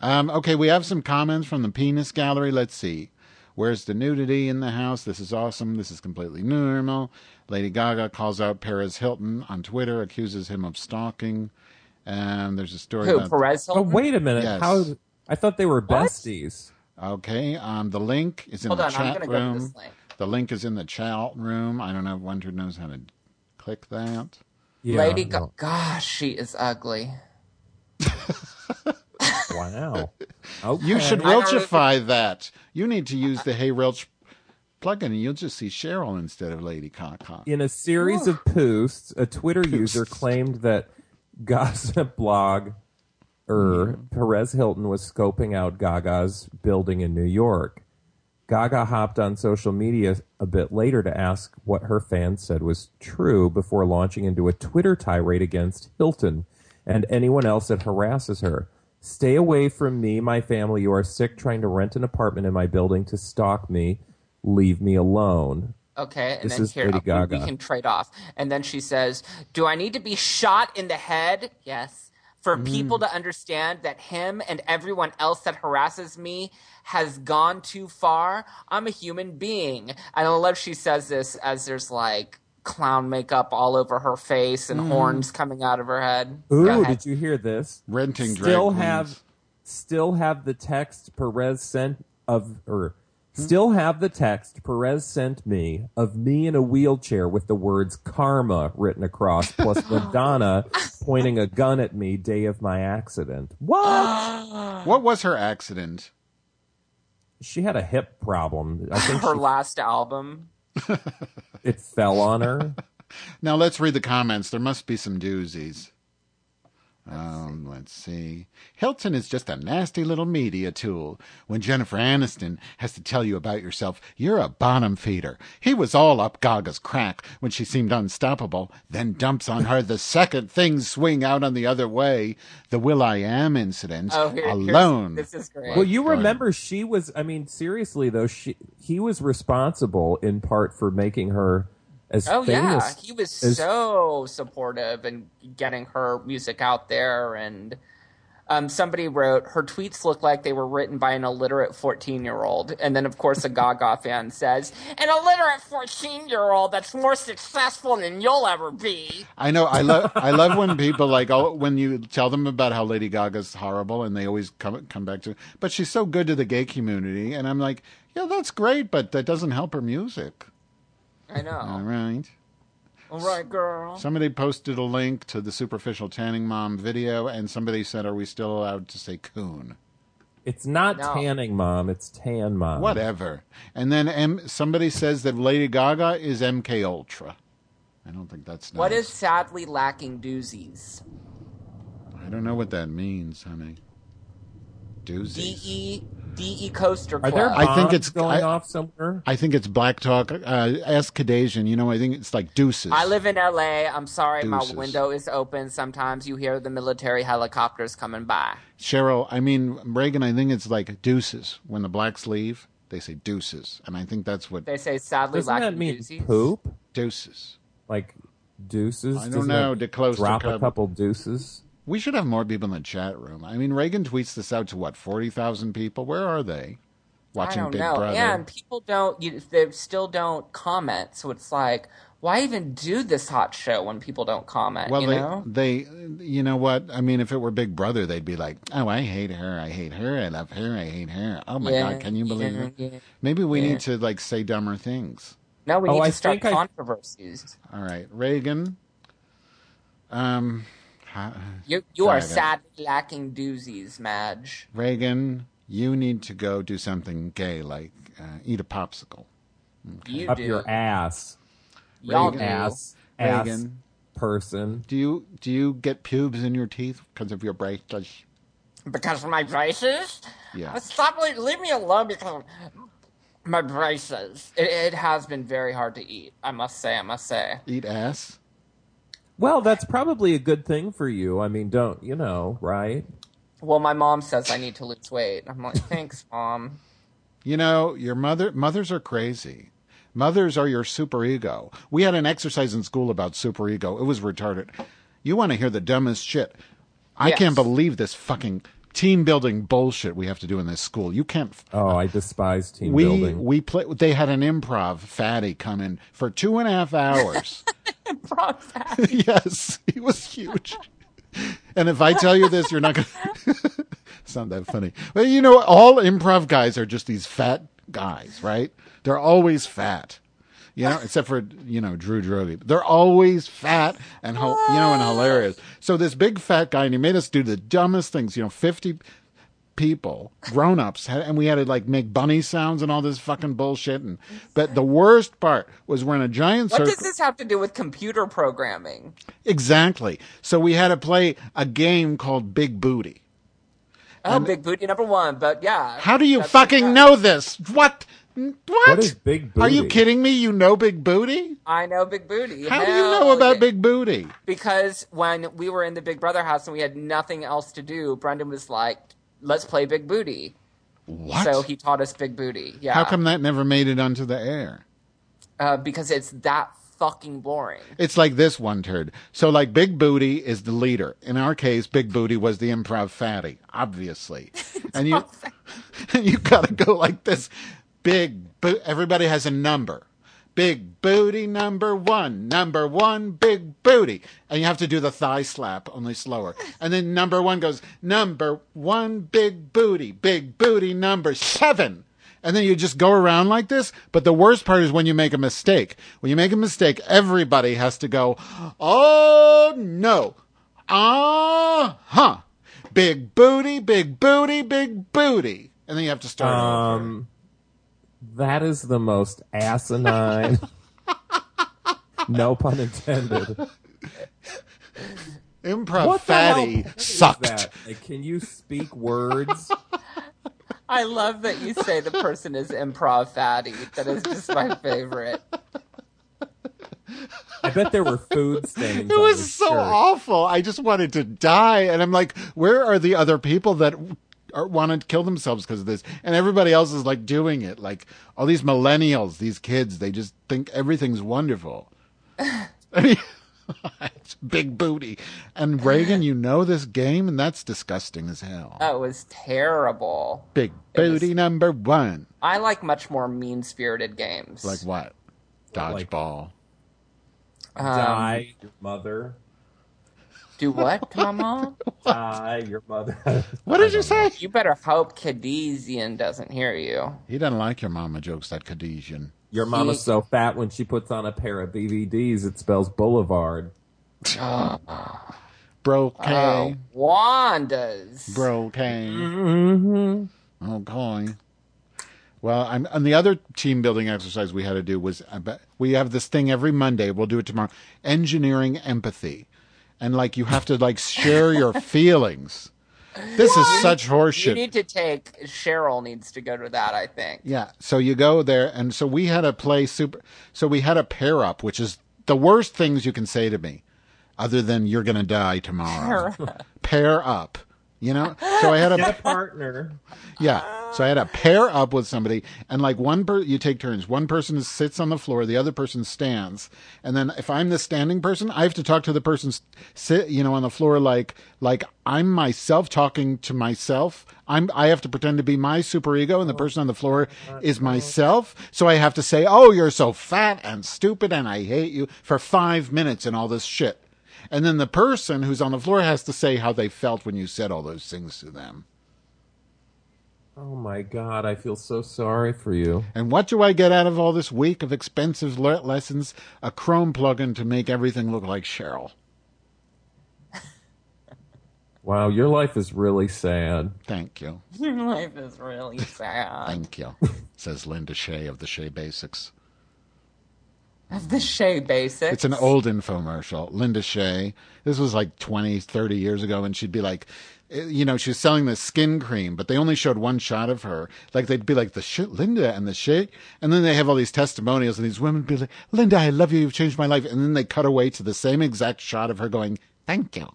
S2: Um, okay, we have some comments from the penis gallery. Let's see. Where's the nudity in the house? This is awesome. This is completely normal. Lady Gaga calls out Perez Hilton on Twitter, accuses him of stalking. Um, there's a story
S1: Who?
S2: about
S1: Perez
S7: Oh,
S1: Hilton.
S7: wait a minute.
S2: Yes.
S7: How? I thought they were besties.
S2: Okay, um, the link is in
S1: Hold
S2: the
S1: on, I'm
S2: chat
S1: gonna go to
S2: room.
S1: this link.
S2: The link is in the chat room. I don't know if Winter knows how to click that.
S7: Yeah,
S1: Lady
S7: no.
S1: Gaga. Gosh, she is ugly.
S7: Wow. Okay.
S2: <laughs> You should
S1: I don't know if-
S2: Relchify that. You need to use the Hey Relch plugin, and you'll just see Cheryl instead of Lady Caca.
S7: In a series of posts, a Twitter user claimed that gossip blog er Perez Hilton was scoping out Gaga's building in New York. Gaga hopped on social media a bit later to ask what her fans said was true before launching into a Twitter tirade against Hilton and anyone else that harasses her. Stay away from me, my family. You are sick trying to rent an apartment in my building to stalk me. Leave me alone.
S1: Okay, and
S7: This
S1: then
S7: is
S1: here uh,
S7: Lady
S1: we- we
S7: Gaga.
S1: can trade off. And then she says, "Do I need to be shot in the head? Yes, for
S7: Mm.
S1: people to understand that him and everyone else that harasses me has gone too far. I'm a human being." And I love she says this as there's like clown makeup all over her face and horns coming out of her head. Go
S7: Mm-hmm. Ooh,
S1: ahead.
S7: did you hear this?
S2: Renting drag
S7: still
S2: queens.
S7: have still have the text Perez sent of or still have the text Perez sent me of me in a wheelchair with the words karma written across
S2: <laughs>
S7: plus Madonna pointing a gun at me day of my accident. What?
S2: What was her accident?
S7: she had a hip problem. I think
S1: her
S7: she,
S1: last album.
S7: it fell on
S2: <laughs>
S7: her.
S2: Now let's read the comments. There must be some doozies. Um, let's see. Hilton is just a nasty little media tool. When Jennifer Aniston has to tell you about yourself, you're a bottom feeder. He was all up Gaga's crack when she seemed unstoppable, then dumps on her the second things swing out on the other way. The Will I Am incident
S1: Oh, here, here's-
S2: alone.
S1: This is great.
S7: Well, you
S2: Go ahead.
S7: remember she was. I mean, seriously though, she he was responsible in part for making her as
S1: Oh
S7: famous.
S1: yeah, he was
S7: as-
S1: so supportive and getting her music out there. And um, somebody wrote her tweets look like they were written by an illiterate fourteen-year-old. And then, of course, a Gaga fan says, "An illiterate fourteen-year-old that's more successful than you'll ever be."
S2: I know. I love. I love when people like oh, when you tell them about how Lady Gaga's horrible, and they always come come back to. But she's so good to the gay community, and I'm like, yeah, that's great, but that doesn't help her music.
S1: I know.
S2: All right.
S1: All right, girl.
S2: Somebody posted a link to the superficial tanning mom video, and somebody said, "Are we still allowed to say coon?"
S7: It's not
S1: No.
S7: tanning mom, it's tan mom.
S2: Whatever. And then M- somebody says that Lady Gaga is MK Ultra. I don't think that's nice.
S1: What is sadly lacking doozies?
S2: I don't know what that means, honey. Doozies.
S1: D E D E Coaster
S7: Are
S1: Club.
S7: there
S2: I think
S7: bombs
S2: it's-
S7: going
S2: I-
S7: off somewhere?
S2: I think it's black talk. Uh, ask Cadasian. You know, I think it's like deuces.
S1: I live in LA. I'm sorry,
S2: Deuces.
S1: my window is open. Sometimes you hear the military helicopters coming by.
S2: Cheryl, I mean, Reagan, I think it's like deuces. When the blacks leave, they say deuces. And I think that's what
S1: They say sadly
S7: Doesn't
S1: lacking
S7: that mean
S1: doozies.
S7: poop?
S2: deuces.
S7: Like deuces?
S2: I don't
S7: Doesn't
S2: know,
S7: it
S2: to close to
S7: Drop a
S2: cover.
S7: couple deuces.
S2: We should have more people in the chat room. I mean, Reagan tweets this out to what, 40,000 people? Where are
S1: I
S2: they? Watching
S1: don't
S2: Big
S1: know.
S2: Brother.
S1: And people don't. You, they still don't comment. So it's like, why even do this hot show when people don't comment?
S2: Well,
S1: you
S2: they, oh
S1: know.
S2: they, you know what? I mean, if it were Big Brother, they'd be like, "Oh, I hate her. I hate her. I love her. I hate her. Oh my
S1: Yeah,
S2: god, can you believe
S1: yeah,
S2: it?"
S1: yeah,
S2: Maybe we
S1: yeah.
S2: need to like say dumber things.
S1: No, we
S7: Oh,
S1: need to
S7: I
S1: start
S7: think I-
S1: controversies.
S2: All right, Reagan. Um, ha-
S1: You you are
S2: Sorry, guys.
S1: sadly lacking doozies, Madge.
S2: Reagan, you need to go do something gay, like uh, eat a popsicle.
S1: You
S7: Up
S1: do.
S7: your ass.
S1: Y'all
S2: Reagan.
S1: do.
S7: Ass. Ass
S2: Reagan,
S7: person.
S2: do you do you get pubes in your teeth because of your braces?
S1: because of my braces.
S2: Yeah.
S1: Uh, Stop! Leave, leave me alone because of my braces. It, it has been very hard to eat. I must say. I must say.
S2: Eat ass.
S7: Well, that's probably a good thing for you. I mean, don't you know, right?
S1: Well, my mom says I need to lose weight. I'm like, thanks, mom. <laughs>
S2: You know, your mother mothers are crazy. Mothers are your superego. We had an exercise in school about superego. It was retarded. You want to hear the dumbest shit. I
S1: Yes.
S2: can't believe this fucking team building bullshit we have to do in this school. You can't f-
S7: Oh, I despise team
S2: we
S7: building.
S2: we play they had an improv fatty come in for two and a half hours. <laughs> yes, he was huge. And if I tell you this, you're not <laughs> going to. It's not that funny. But you know, all improv guys are just these fat guys, right? They're always fat. You know, except for, you know, Drew Drogi. They're always fat and, ho- you know, and hilarious. So this big fat guy, and he made us do the dumbest things, you know, 50 people, grown ups, and we had to like make bunny sounds and all this fucking bullshit. And, but the worst part was we're in a giant
S1: What
S2: circle.
S1: does this have to do with computer programming?
S2: Exactly. So we had to play a game called Big Booty.
S1: Oh, big booty number one. But yeah,
S2: How do you
S1: that's-
S2: fucking
S1: yeah.
S2: know this? What? What?
S7: What is Big
S2: Are you
S7: Booty?
S2: kidding me? You know Big Booty?
S1: I know big booty.
S2: How do you
S1: Hell
S2: know about
S1: yeah.
S2: Big Booty?
S1: Because when we were in the Big Brother house and we had nothing else to do, Brendan was like, "Let's play big booty."
S2: What?
S1: So he taught us big booty. Yeah.
S2: How come that never made it onto the air?
S1: Uh, because it's that fucking boring.
S2: It's like this one turd. So like Big Booty is the leader. In our case, Big Booty was the improv fatty, obviously. and you <laughs> and you gotta go like this. Big bo- everybody has a number. Big booty number one, number one, big booty. And you have to do the thigh slap, only slower. And then number one goes, number one, big booty, big booty number seven. And then you just go around like this. But the worst part is when you make a mistake. When you make a mistake, everybody has to go, oh no, uh huh, big booty, big booty, big booty. And then you have to start over.
S7: Um, that is the most
S2: <laughs>
S7: asinine. no pun intended.
S2: Improv
S7: What the hell
S2: fatty
S7: is
S2: sucked.
S7: that? Like, can you speak words?
S1: I love that you say the person is improv fatty. That is just my favorite.
S7: I bet there were food
S2: <laughs>
S7: stains.
S2: It
S7: on
S2: was
S7: his
S2: so
S7: shirt.
S2: awful. I just wanted to die. And I'm like, where are the other people that are, want to kill themselves because of this? And everybody else is like doing it. Like all these millennials, these kids, they just think everything's wonderful. <laughs> I mean, <laughs> it's a big booty. And Reagan, you know this game, and that's disgusting as
S1: <laughs>
S2: hell.
S1: That was terrible.
S2: Big booty number one.
S1: I like much more mean spirited games.
S2: Like what?
S7: Like-
S2: Dodgeball.
S7: Die, your mother.
S1: do what, Mama?
S7: Die, your mother.
S2: what did you say?
S1: you better hope Khadesian doesn't hear you.
S2: He doesn't like your mama jokes, that Khadesian.
S7: <laughs> Your mama's so fat when she puts on a pair of BVDs, it spells Boulevard.
S2: Bro,
S1: Oh,
S2: K.
S1: Wanda's.
S2: Bro, K.
S1: Mm-hmm.
S2: Okay. Oh, Well, I'm, and the other team building exercise we had to do was I bet- we have this thing every Monday. We'll do it tomorrow. Engineering empathy, and like you have to like
S1: <laughs>
S2: share your feelings. This is such horseshit.
S1: You need to take Cheryl needs to go to that, I think. <laughs>
S2: Yeah. So you go there, and so we had to play super. So we had a pair up, which is the worst things you can say to me, other than "you're gonna die tomorrow." Pair, up. You know. So
S1: <laughs>
S2: I had a
S7: Partner.
S2: yeah. So I had a pair up with somebody, and like one per you take turns. One person sits on the floor, the other person stands, and then if I'm the standing person, I have to talk to the person s- sit, you know, on the floor like like I'm myself talking to myself. I'm I have to pretend to be my superego, and the person on the floor is myself. So I have to say, "Oh, you're so fat and stupid, and I hate you" for five minutes and all this shit. And then the person who's on the floor has to say how they felt when you said all those things to them.
S7: Oh my god, I feel so sorry for you.
S2: And what do I get out of all this week of expensive le- lessons? A Chrome plugin to make everything look like Cheryl.
S7: Wow, your life is really sad.
S2: Thank you.
S1: Life is
S2: <laughs>
S1: really sad.
S2: Thank you, says Linda Shea of the Shea Basics.
S1: Of the Shea basics.
S2: It's an old infomercial. Linda Shea, this was like 20, 30 years ago, and she'd be like, eh, you know, she was selling this skin cream, but they only showed one shot of her. Like, they'd be like, the Shea, Linda and the Shea. And then they have all these testimonials, and these women be like, Linda, I love you. You've changed my life. And then they cut away to the same exact shot of her going, thank you.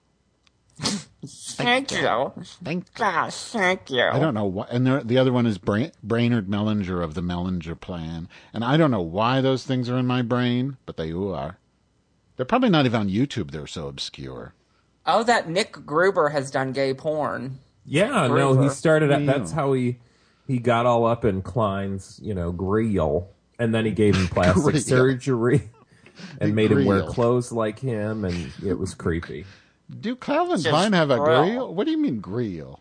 S1: Thank you.
S2: Thank you.
S1: Gosh, thank you.
S2: I don't know why. And there, the other one is Bra- Brainerd Mellinger of the Mellinger Plan. And I don't know why those things are in my brain, but they are. They're probably not even on YouTube. They're so obscure.
S1: Oh, that Nick Gruber has done gay porn.
S7: Yeah, no, he
S1: Grover.
S7: started out that's how he he got all up in Klein's, you know, grill. And then he
S2: <laughs>
S7: gave him plastic
S2: Grill. <laughs>
S7: surgery and made him wear
S2: grill.
S7: clothes like him and it
S2: <laughs>
S7: was creepy.
S2: Do Calvin
S1: Just
S2: Klein have a
S1: grill.
S2: grill? What do you mean grill?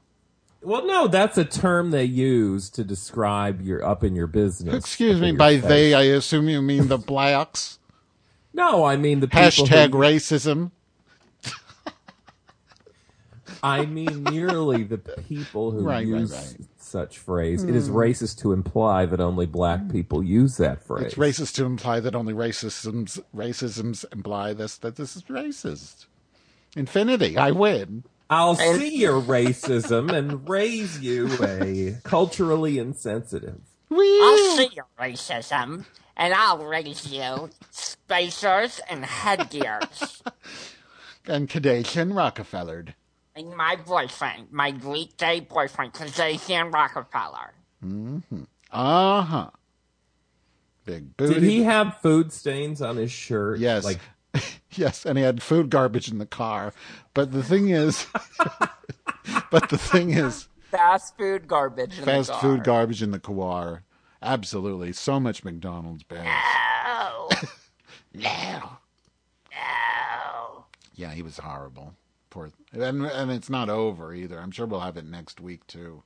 S7: Well, no, that's a term they use to describe your up in your business.
S2: Excuse
S7: up
S2: me.
S7: in your
S2: By
S7: face.
S2: they, I assume you mean the blacks.
S7: No, I mean the <laughs> people <laughs>
S2: Hashtag
S7: who-
S2: racism.
S7: I mean merely the people who
S2: Right, right,
S7: use
S2: right.
S7: such phrase. It is racist to imply that only black people use that phrase.
S2: It's racist to imply that only racisms racisms imply this that this is racist. Infinity. I win.
S7: I'll see your racism and raise you a culturally insensitive.
S8: I'll see your racism, and I'll raise you spacers and headgears.
S2: And Kadation Rockefellered.
S8: and my boyfriend, my Greek gay boyfriend, Kazarian Rockefeller.
S2: Uh huh. Big booty.
S7: Did he have food stains on his shirt?
S2: Yes.
S7: Like
S2: <laughs> yes, and he had food garbage in the car. But the thing is, <laughs> but the
S1: <laughs>
S2: thing is,
S1: Fast food garbage. In
S2: fast
S1: the car.
S2: food garbage in the car. Absolutely, so much McDonald's bad. <laughs>
S8: Oh,
S2: Yeah.
S8: oh.
S2: Yeah, he was horrible. Poor. And and it's not over either. I'm sure we'll have it next week too.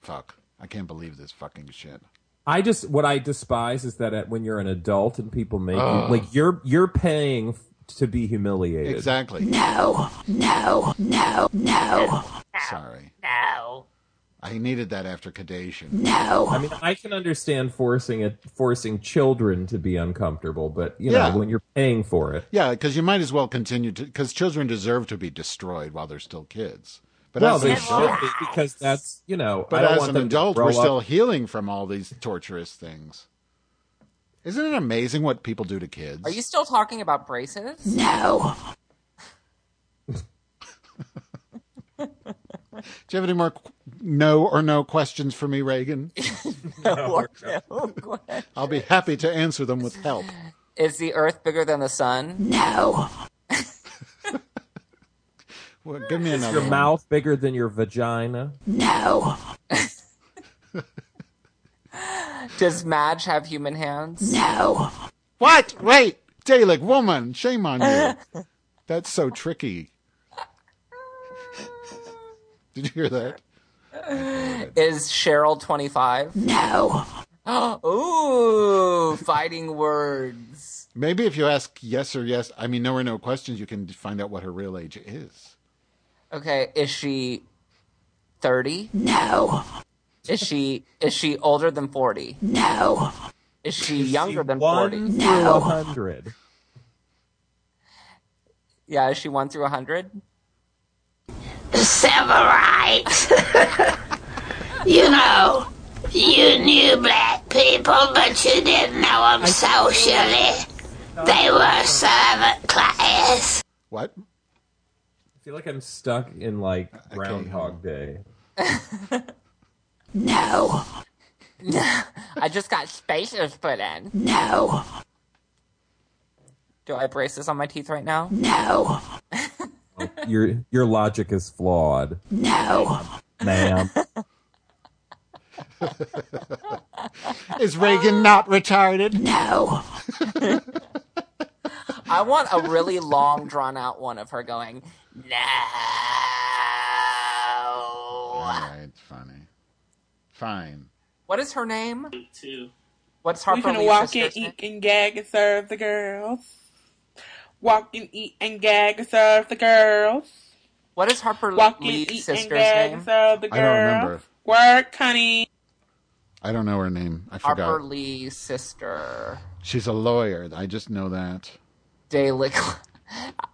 S2: Fuck. I can't believe this fucking shit.
S7: I just what I despise is that at, when you're an adult and people make you, like you're you're paying f- to be humiliated.
S2: Exactly.
S9: No, no, no, no,
S2: Sorry.
S8: No.
S2: I needed that after Kadation.
S7: I
S9: no.
S7: mean, I can understand forcing it, forcing children to be uncomfortable, but you
S2: Yeah.
S7: know, when you're paying for it,
S2: Yeah, because you might as well continue to because children deserve to be destroyed while they're still kids. But
S7: well,
S2: as,
S7: they
S2: an-
S7: should be because that's you know.
S2: but
S7: I don't
S2: as
S7: want
S2: an
S7: them to
S2: adult,
S7: grow
S2: we're
S7: up-
S2: still healing from all these torturous things. Isn't it amazing what people do to kids?
S1: Are you still talking about braces?
S2: do you have any more qu- no or no questions for me, Reagan?
S1: No. no.
S2: I'll be happy to answer them with help.
S1: <laughs> Is the Earth bigger than the sun?
S9: No.
S2: Well, give me
S7: Is
S2: another.
S7: your
S2: <laughs> one.
S7: mouth bigger than your vagina?
S9: No.
S1: Does Madge have human hands?
S9: No.
S2: What? Wait, Dalek woman, shame on <laughs> you. That's so tricky. Did you hear that?
S1: Is Cheryl 25?
S9: No.
S1: <gasps> Ooh, fighting words.
S2: Maybe if you ask yes or yes, I mean no or no questions, you can find out what her real age is.
S1: Okay, is she 30?
S9: No.
S1: Is she is she older than 40?
S9: No.
S1: Is she younger than
S7: One
S1: 40?
S7: through a hundred.
S1: Yeah, is she 1 through 100?
S8: <laughs>
S4: Severite. you know, you knew black people, but you didn't know them socially. They were servant class.
S2: What?
S7: I feel like I'm stuck in like Groundhog Day.
S9: No.
S1: I just got spacers put in.
S9: No.
S1: Do I have braces on my teeth right now?
S9: No.
S7: Your your logic is flawed,
S9: No.
S7: ma'am.
S2: Is <laughs> Reagan not retarded? <laughs>
S9: No.
S1: I want a really long, drawn out one of her going,
S2: All
S1: no.
S2: right, funny. Fine.
S1: What is her name?
S11: Too.
S1: What's
S11: We're
S1: Harper
S11: gonna
S1: Lee's
S11: walk and
S1: sister's name?
S11: eat and gag and serve the girls. Walk and eat and gag and serve the girls.
S1: What is Harper
S11: Walk and
S1: Lee's
S11: eat and
S1: sister's
S11: gag
S1: name?
S11: and serve the
S2: I don't
S11: girls.
S2: remember.
S11: Work, honey.
S2: I don't know her name. I forgot.
S1: Harper Lee's sister.
S2: She's a lawyer. I just know that.
S1: Dalek. <laughs>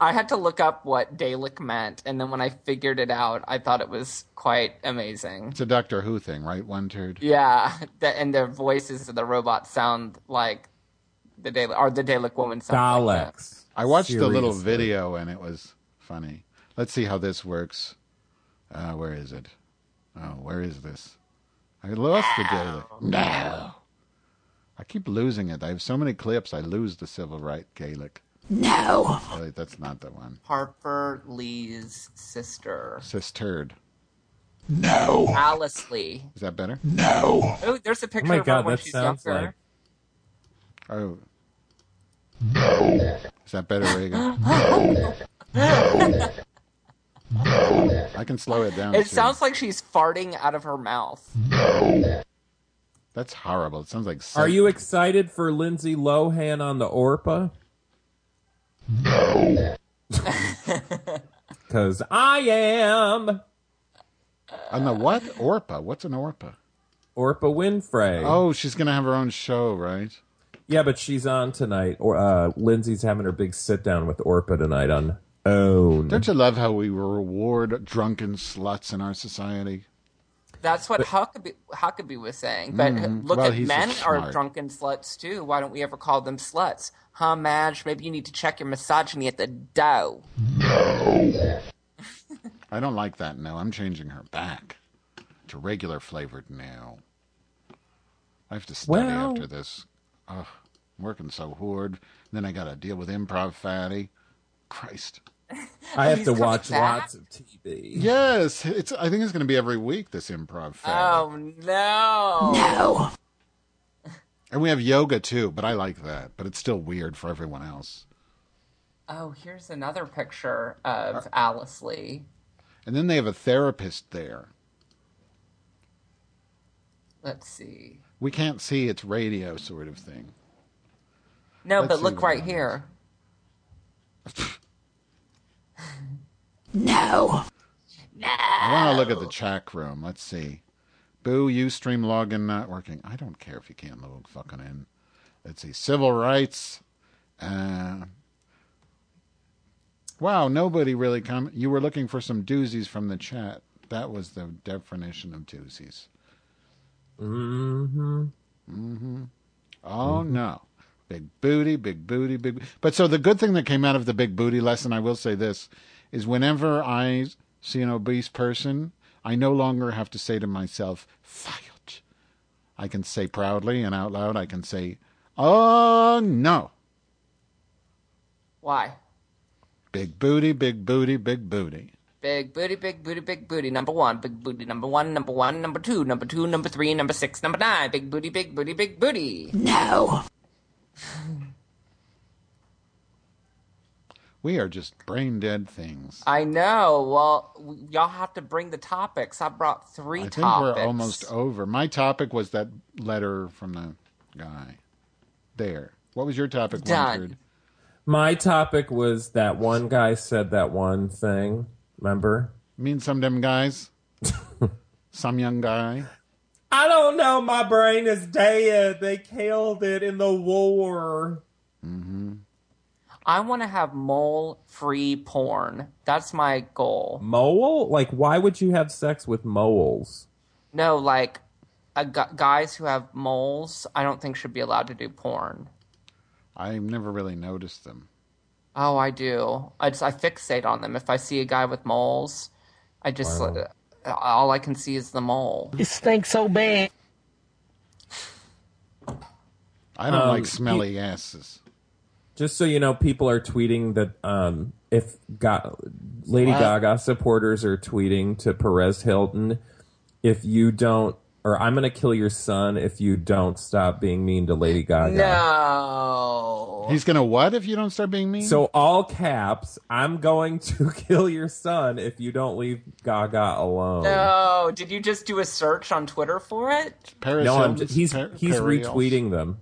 S1: I had to look up what Dalek meant, and then when I figured it out, I thought it was quite amazing.
S2: It's a Doctor Who thing, right? One turd.
S1: Yeah, the, and the voices of the robots sound like the Dalek, or the Dalek woman sounds like that.
S7: Daleks.
S2: I watched the little
S7: Seriously.
S2: video and it was funny. Let's see how this works. Uh, where is it? Oh, where is this? I lost the Gaelic. No. I keep losing it. I have so many clips. I lose the civil right Gaelic.
S9: No.
S2: Oh, wait, that's not the one.
S1: Harper Lee's sister,
S2: Sisterd.
S1: Alice Lee.
S2: Is that better?
S1: Oh, there's a
S7: Oh
S1: picture
S7: my
S1: of her
S7: god,
S1: when
S7: that
S1: she's
S7: sounds
S1: younger.
S7: like
S2: Oh. No. Is that better, Reagan? no. No. I can slow it down.
S1: It
S2: too.
S1: sounds like she's farting out of her mouth.
S2: That's horrible. It sounds like.
S7: Are
S2: sick-
S7: you excited for Lindsay Lohan on the Orpa? No. <laughs> Because I am
S2: on the what? Orpa. What's an Orpa?
S7: Orpa Winfrey.
S2: Oh, she's gonna have her own show, right?
S7: Yeah, but she's on tonight. Or uh, Lindsay's having her big sit down with Orpa tonight on Own.
S2: Don't you love how we reward drunken sluts in our society?
S1: That's what Huckabee, Huckabee was saying. But uh, look
S2: Mm-hmm. Well,
S1: at
S2: he's
S1: men
S2: just
S1: are
S2: smart.
S1: drunken sluts too. Why don't we ever call them sluts? Huh, Madge? Maybe you need to check your misogyny at the dough.
S2: I don't like that. No, I'm changing her back to regular flavored now. I have to study
S7: Well-
S2: after this. Ugh, I'm working so hard. Then I got to deal with improv fatty. Christ.
S7: I have to
S1: coming
S7: watch
S1: back?
S7: lots of TV.
S2: Yes, it's. I think it's going to be every week. This improv fatty,
S1: Oh no!
S9: No.
S2: and we have yoga too. But I like that. But it's still weird for everyone else.
S1: Oh, here's another picture
S2: Uh,
S1: of Alice Lee.
S2: And then they have a therapist there.
S1: Let's see.
S2: We can't see. It's radio sort of thing.
S1: No,
S2: Let's
S1: but
S2: see
S1: look
S2: what
S1: right
S2: that
S1: here.
S9: No.
S2: I want to look at the chat room. Let's see. Boo, you stream login not working. I don't care if you can't log fucking in. Let's see. Civil rights. Uh, wow, nobody really come. You were looking for some doozies from the chat. That was the definition of doozies. Mm-hmm. Mm-hmm. Oh no. Big booty, big booty, big. bo- But so the good thing that came out of the big booty lesson, I will say this, is whenever I see an obese person, I no longer have to say to myself, "Fayot." I can say proudly and out loud. I can say, "Oh no,"
S1: Why?
S2: Big booty, big booty, big booty.
S1: Big booty, big booty, big booty. Number one, big booty. Number one, number one, number two, number two, number three, number six, number nine. Big booty, big booty, big booty.
S4: No.
S2: We are just brain dead things.
S1: I know. Well, w- y'all have to bring the topics. I brought three
S2: I think
S1: topics.
S2: we're almost over. My topic was that letter from the guy. There. What was your topic,
S7: Done.
S2: Winfred?
S7: My topic was that one guy said that one thing. Remember?
S2: Mean some them
S7: <laughs>
S2: guys. some young guy.
S7: I don't know. My brain is dead. They killed it in the war.
S1: I want to have mole free porn. That's my goal.
S7: Mole? Like, why would you have sex with moles?
S1: No, like a gu- guys who have moles, I don't think should be allowed to do porn.
S2: I never really noticed them.
S1: Oh, I do. I, just, I fixate on them. If I see a guy with moles, I just uh,
S2: Wow.
S1: all I can see is the mole.
S12: It stinks so bad.
S2: I don't
S7: Um,
S2: like smelly asses.
S7: Just so you know, people are tweeting that um, if Ga- Lady
S2: What?
S7: Gaga supporters are tweeting to Perez Hilton, if you don't, or I'm going to kill your son if you don't stop being mean to Lady Gaga.
S1: No.
S2: He's gonna what if you don't start being mean?
S7: So all caps, I'm going to <laughs> kill your son if you don't leave Gaga alone.
S1: No. Did you just do a search on Twitter for it?
S2: Paris
S7: No, I'm
S2: Hilton's
S7: just, he's
S2: par-
S7: he's
S2: Perils.
S7: retweeting them.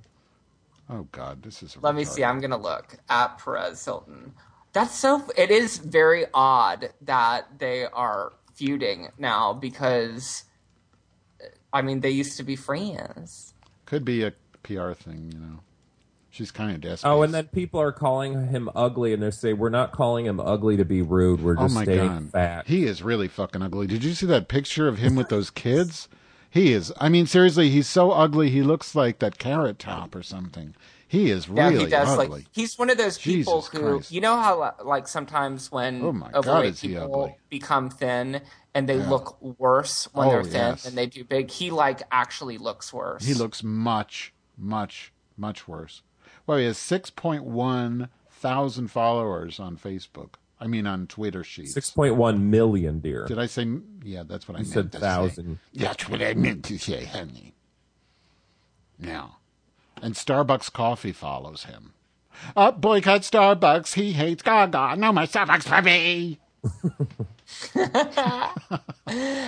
S2: Oh God, this is.
S1: Let me see. I'm gonna look at Perez Hilton. That's so. It is very odd that they are feuding now because, I mean, they used to be friends.
S2: Could be a PR thing, you know. She's kind of desperate.
S7: Oh, and then people are calling him ugly, and they say we're not calling him ugly to be rude. We're
S2: Oh
S7: just
S2: my
S7: stating
S2: God,
S7: fact.
S2: he is really fucking ugly. Did you see that picture of him with those kids? He is. I mean, seriously, he's so ugly. He looks like that carrot top or something. He is
S1: Yeah,
S2: really
S1: he does.
S2: ugly.
S1: Like he's one of those people
S2: Jesus
S1: who
S2: Christ.
S1: you know how like sometimes when
S2: Oh my God,
S1: overweight
S2: is he
S1: people
S2: ugly.
S1: become thin and they
S2: Yeah.
S1: look worse when
S2: Oh,
S1: they're thin
S2: yes.
S1: than they do big. He like actually looks worse.
S2: He looks much, much, much worse. Well, he has 6.1 thousand followers on Facebook. I mean, on Twitter sheets.
S7: Six point one million, dear.
S2: Did I say? Yeah, that's what I
S7: You
S2: meant
S7: said
S2: to
S7: thousand.
S2: Say. That's what I meant to say, honey. Now, and Starbucks coffee follows him. Uh, boycott Starbucks. He hates Gaga. No, my Starbucks puppy.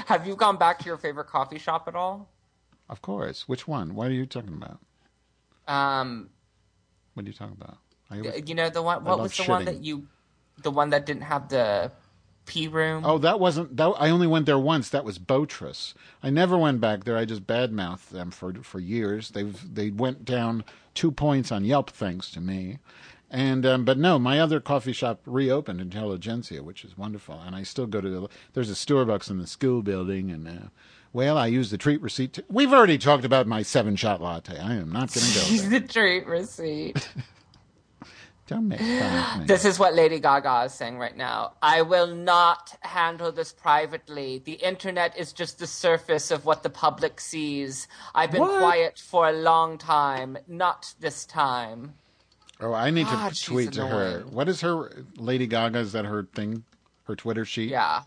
S1: Have you gone back to your favorite coffee shop at all?
S2: Of course. Which one? What are you talking about?
S1: Um,
S2: What are you talking about? I always-
S1: Uh, you know the
S2: I
S1: one. What
S2: love
S1: was the one
S2: shitting.
S1: that you, the one that didn't have the pee room? <laughs>
S2: Oh, that wasn't that. I only went there once. That was Botrus. I never went back there. I just badmouthed them for for years. They've they went down two points on Yelp thanks to me. And um, but no, my other coffee shop reopened, Intelligentsia, which is wonderful. And I still go to the. There's a Starbucks in the school building, and uh, well, I use the treat receipt. To, we've already talked about my seven shot latte. I am not going to go there.
S1: the treat receipt.
S2: Don't
S1: <gasps>
S2: make fun of me.
S1: This is what Lady Gaga is saying right now. I will not handle this privately. The internet is just the surface of what the public sees. I've been
S2: What?
S1: quiet for a long time. Not this time.
S2: Oh, I need
S1: God,
S2: to
S1: she's
S2: tweet to her.
S1: annoying.
S2: What is her Lady Gaga? Is that her thing? Her Twitter sheet?
S1: Yeah.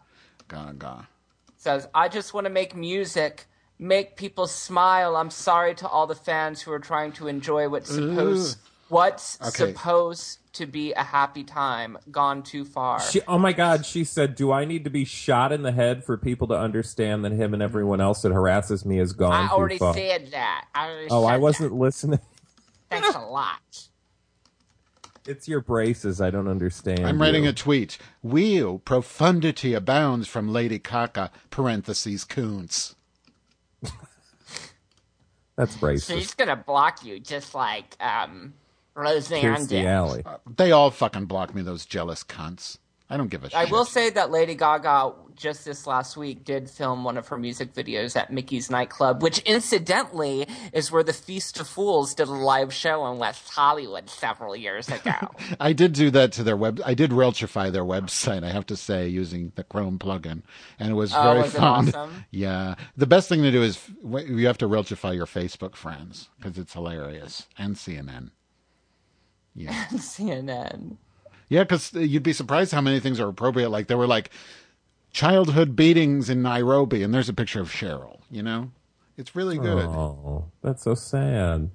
S2: Gaga.
S1: says, I just want to make music, make people smile. I'm sorry to all the fans who are trying to enjoy what's supposed
S7: Ugh.
S1: what's
S7: Okay.
S1: supposed to be a happy time. Gone too far.
S7: She, oh my God, she said, "Do I need to be shot in the head for people to understand that him and everyone else that harasses me is gone?"
S1: I
S7: too
S1: already
S7: far?"
S1: said that. I already
S7: Oh,
S1: said
S7: I wasn't listening. <laughs>
S1: that. Thanks a lot.
S7: It's your braces. I don't understand.
S2: I'm writing
S7: you.
S2: a tweet. Wheel profundity abounds from Lady Gaga. Parentheses Coons.
S7: That's
S2: racist.
S1: She's gonna block you just like um Roseanne
S2: Here's
S1: did.
S2: They all fucking block me. Those jealous cunts. I don't give a
S1: I
S2: shit.
S1: will say that Lady Gaga just this last week did film one of her music videos at Mickey's nightclub, which incidentally is where the Feast of Fools did a live show in West Hollywood several years <laughs> ago.
S2: I did do that to their web. I did relchify their website. I have to say, using the Chrome plugin, and it was
S1: Oh,
S2: very
S1: was it
S2: fun.
S1: awesome?
S2: <laughs> Yeah, the best thing to do is f- wh- you have to relchify your Facebook friends because it's hilarious and CNN. Yeah,
S1: CNN.
S2: Yeah, because you'd be surprised how many things are appropriate. Like there were like childhood beatings in Nairobi, and there's a picture of Cheryl. You know, it's really good.
S7: Oh, that's so sad.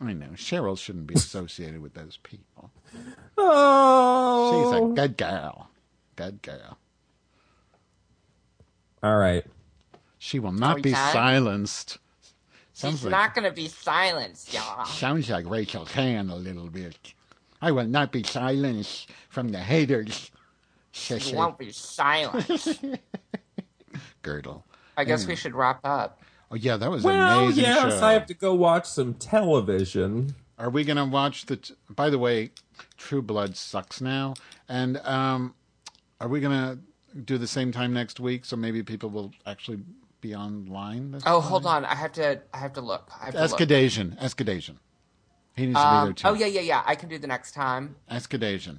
S2: I know Cheryl shouldn't be associated with those people.
S7: Oh,
S2: She's
S1: Oh.
S2: a good girl. Good girl.
S7: All right.
S2: She will
S1: Are
S2: not
S1: we
S2: be
S1: done?
S2: silenced.
S1: She's
S2: Sounds like
S1: not going to be silenced, y'all.
S2: sounds like Rachel Tan a little bit. I will not be silenced from the haters.
S1: She
S2: Sissy
S1: won't be silenced.
S2: girdle.
S1: I guess we should wrap up.
S2: Oh yeah, that was an
S7: Well,
S2: amazing
S7: yes,
S2: show.
S7: I have to go watch some television.
S2: Are we gonna watch the? T- By the way, True Blood sucks now, and um, are we gonna do the same time next week? So maybe people will actually be online. This
S1: Oh, hold
S2: time?
S1: on. I have to. I have to look. I have to look.
S2: Escadation, Escadation. He needs to be there
S1: Um,
S2: too.
S1: oh yeah, yeah, yeah. I can do the next time.
S2: Escadation.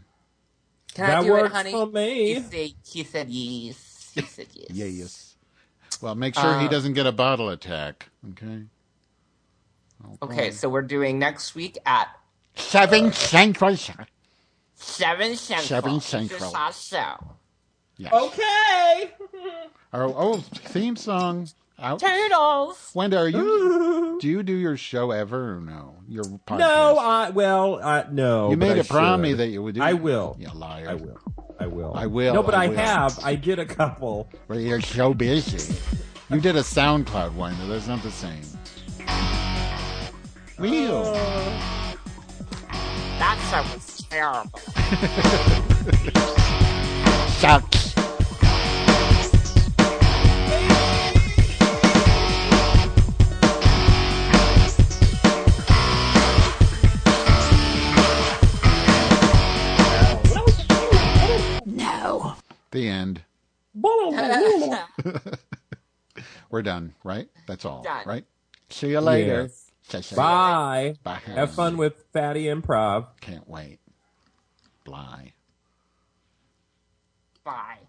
S1: Can I
S2: That
S1: do it,
S2: works
S1: honey?
S2: for me.
S1: He said, he said yes. He said yes.
S2: Yeah, yes. Well, make sure he
S1: Uh,
S2: doesn't get a bottle attack. Okay.
S1: Okay, so we're doing next week at
S2: Seven central.
S1: seven central.
S2: Seven
S1: This is
S2: Central.
S1: our show.
S2: Yes.
S1: Oh.
S11: Okay.
S2: Our old theme song. Out.
S1: Toodles.
S2: Wanda, are you?
S1: <laughs>
S2: do you do your show ever or no? Your podcast.
S7: No, I well, I no.
S2: You
S7: Oh, but
S2: made
S7: I
S2: a promise
S7: should.
S2: that you would do
S7: I
S2: it.
S7: will.
S2: You liar.
S7: I will. I will.
S2: I will.
S7: No, but I,
S2: will.
S7: have. I did a couple.
S2: But you're so busy. You did a SoundCloud one, but that's not the same. Real.
S8: That show was terrible.
S2: <laughs> Sucks.
S4: No.
S2: The end. We're done, right? That's all,
S1: Done.
S2: right? See you later.
S7: Yes.
S2: Say- say-
S7: Bye.
S2: Bye.
S7: Have fun with Fatty Improv.
S2: Can't wait. Bye.
S1: Bye.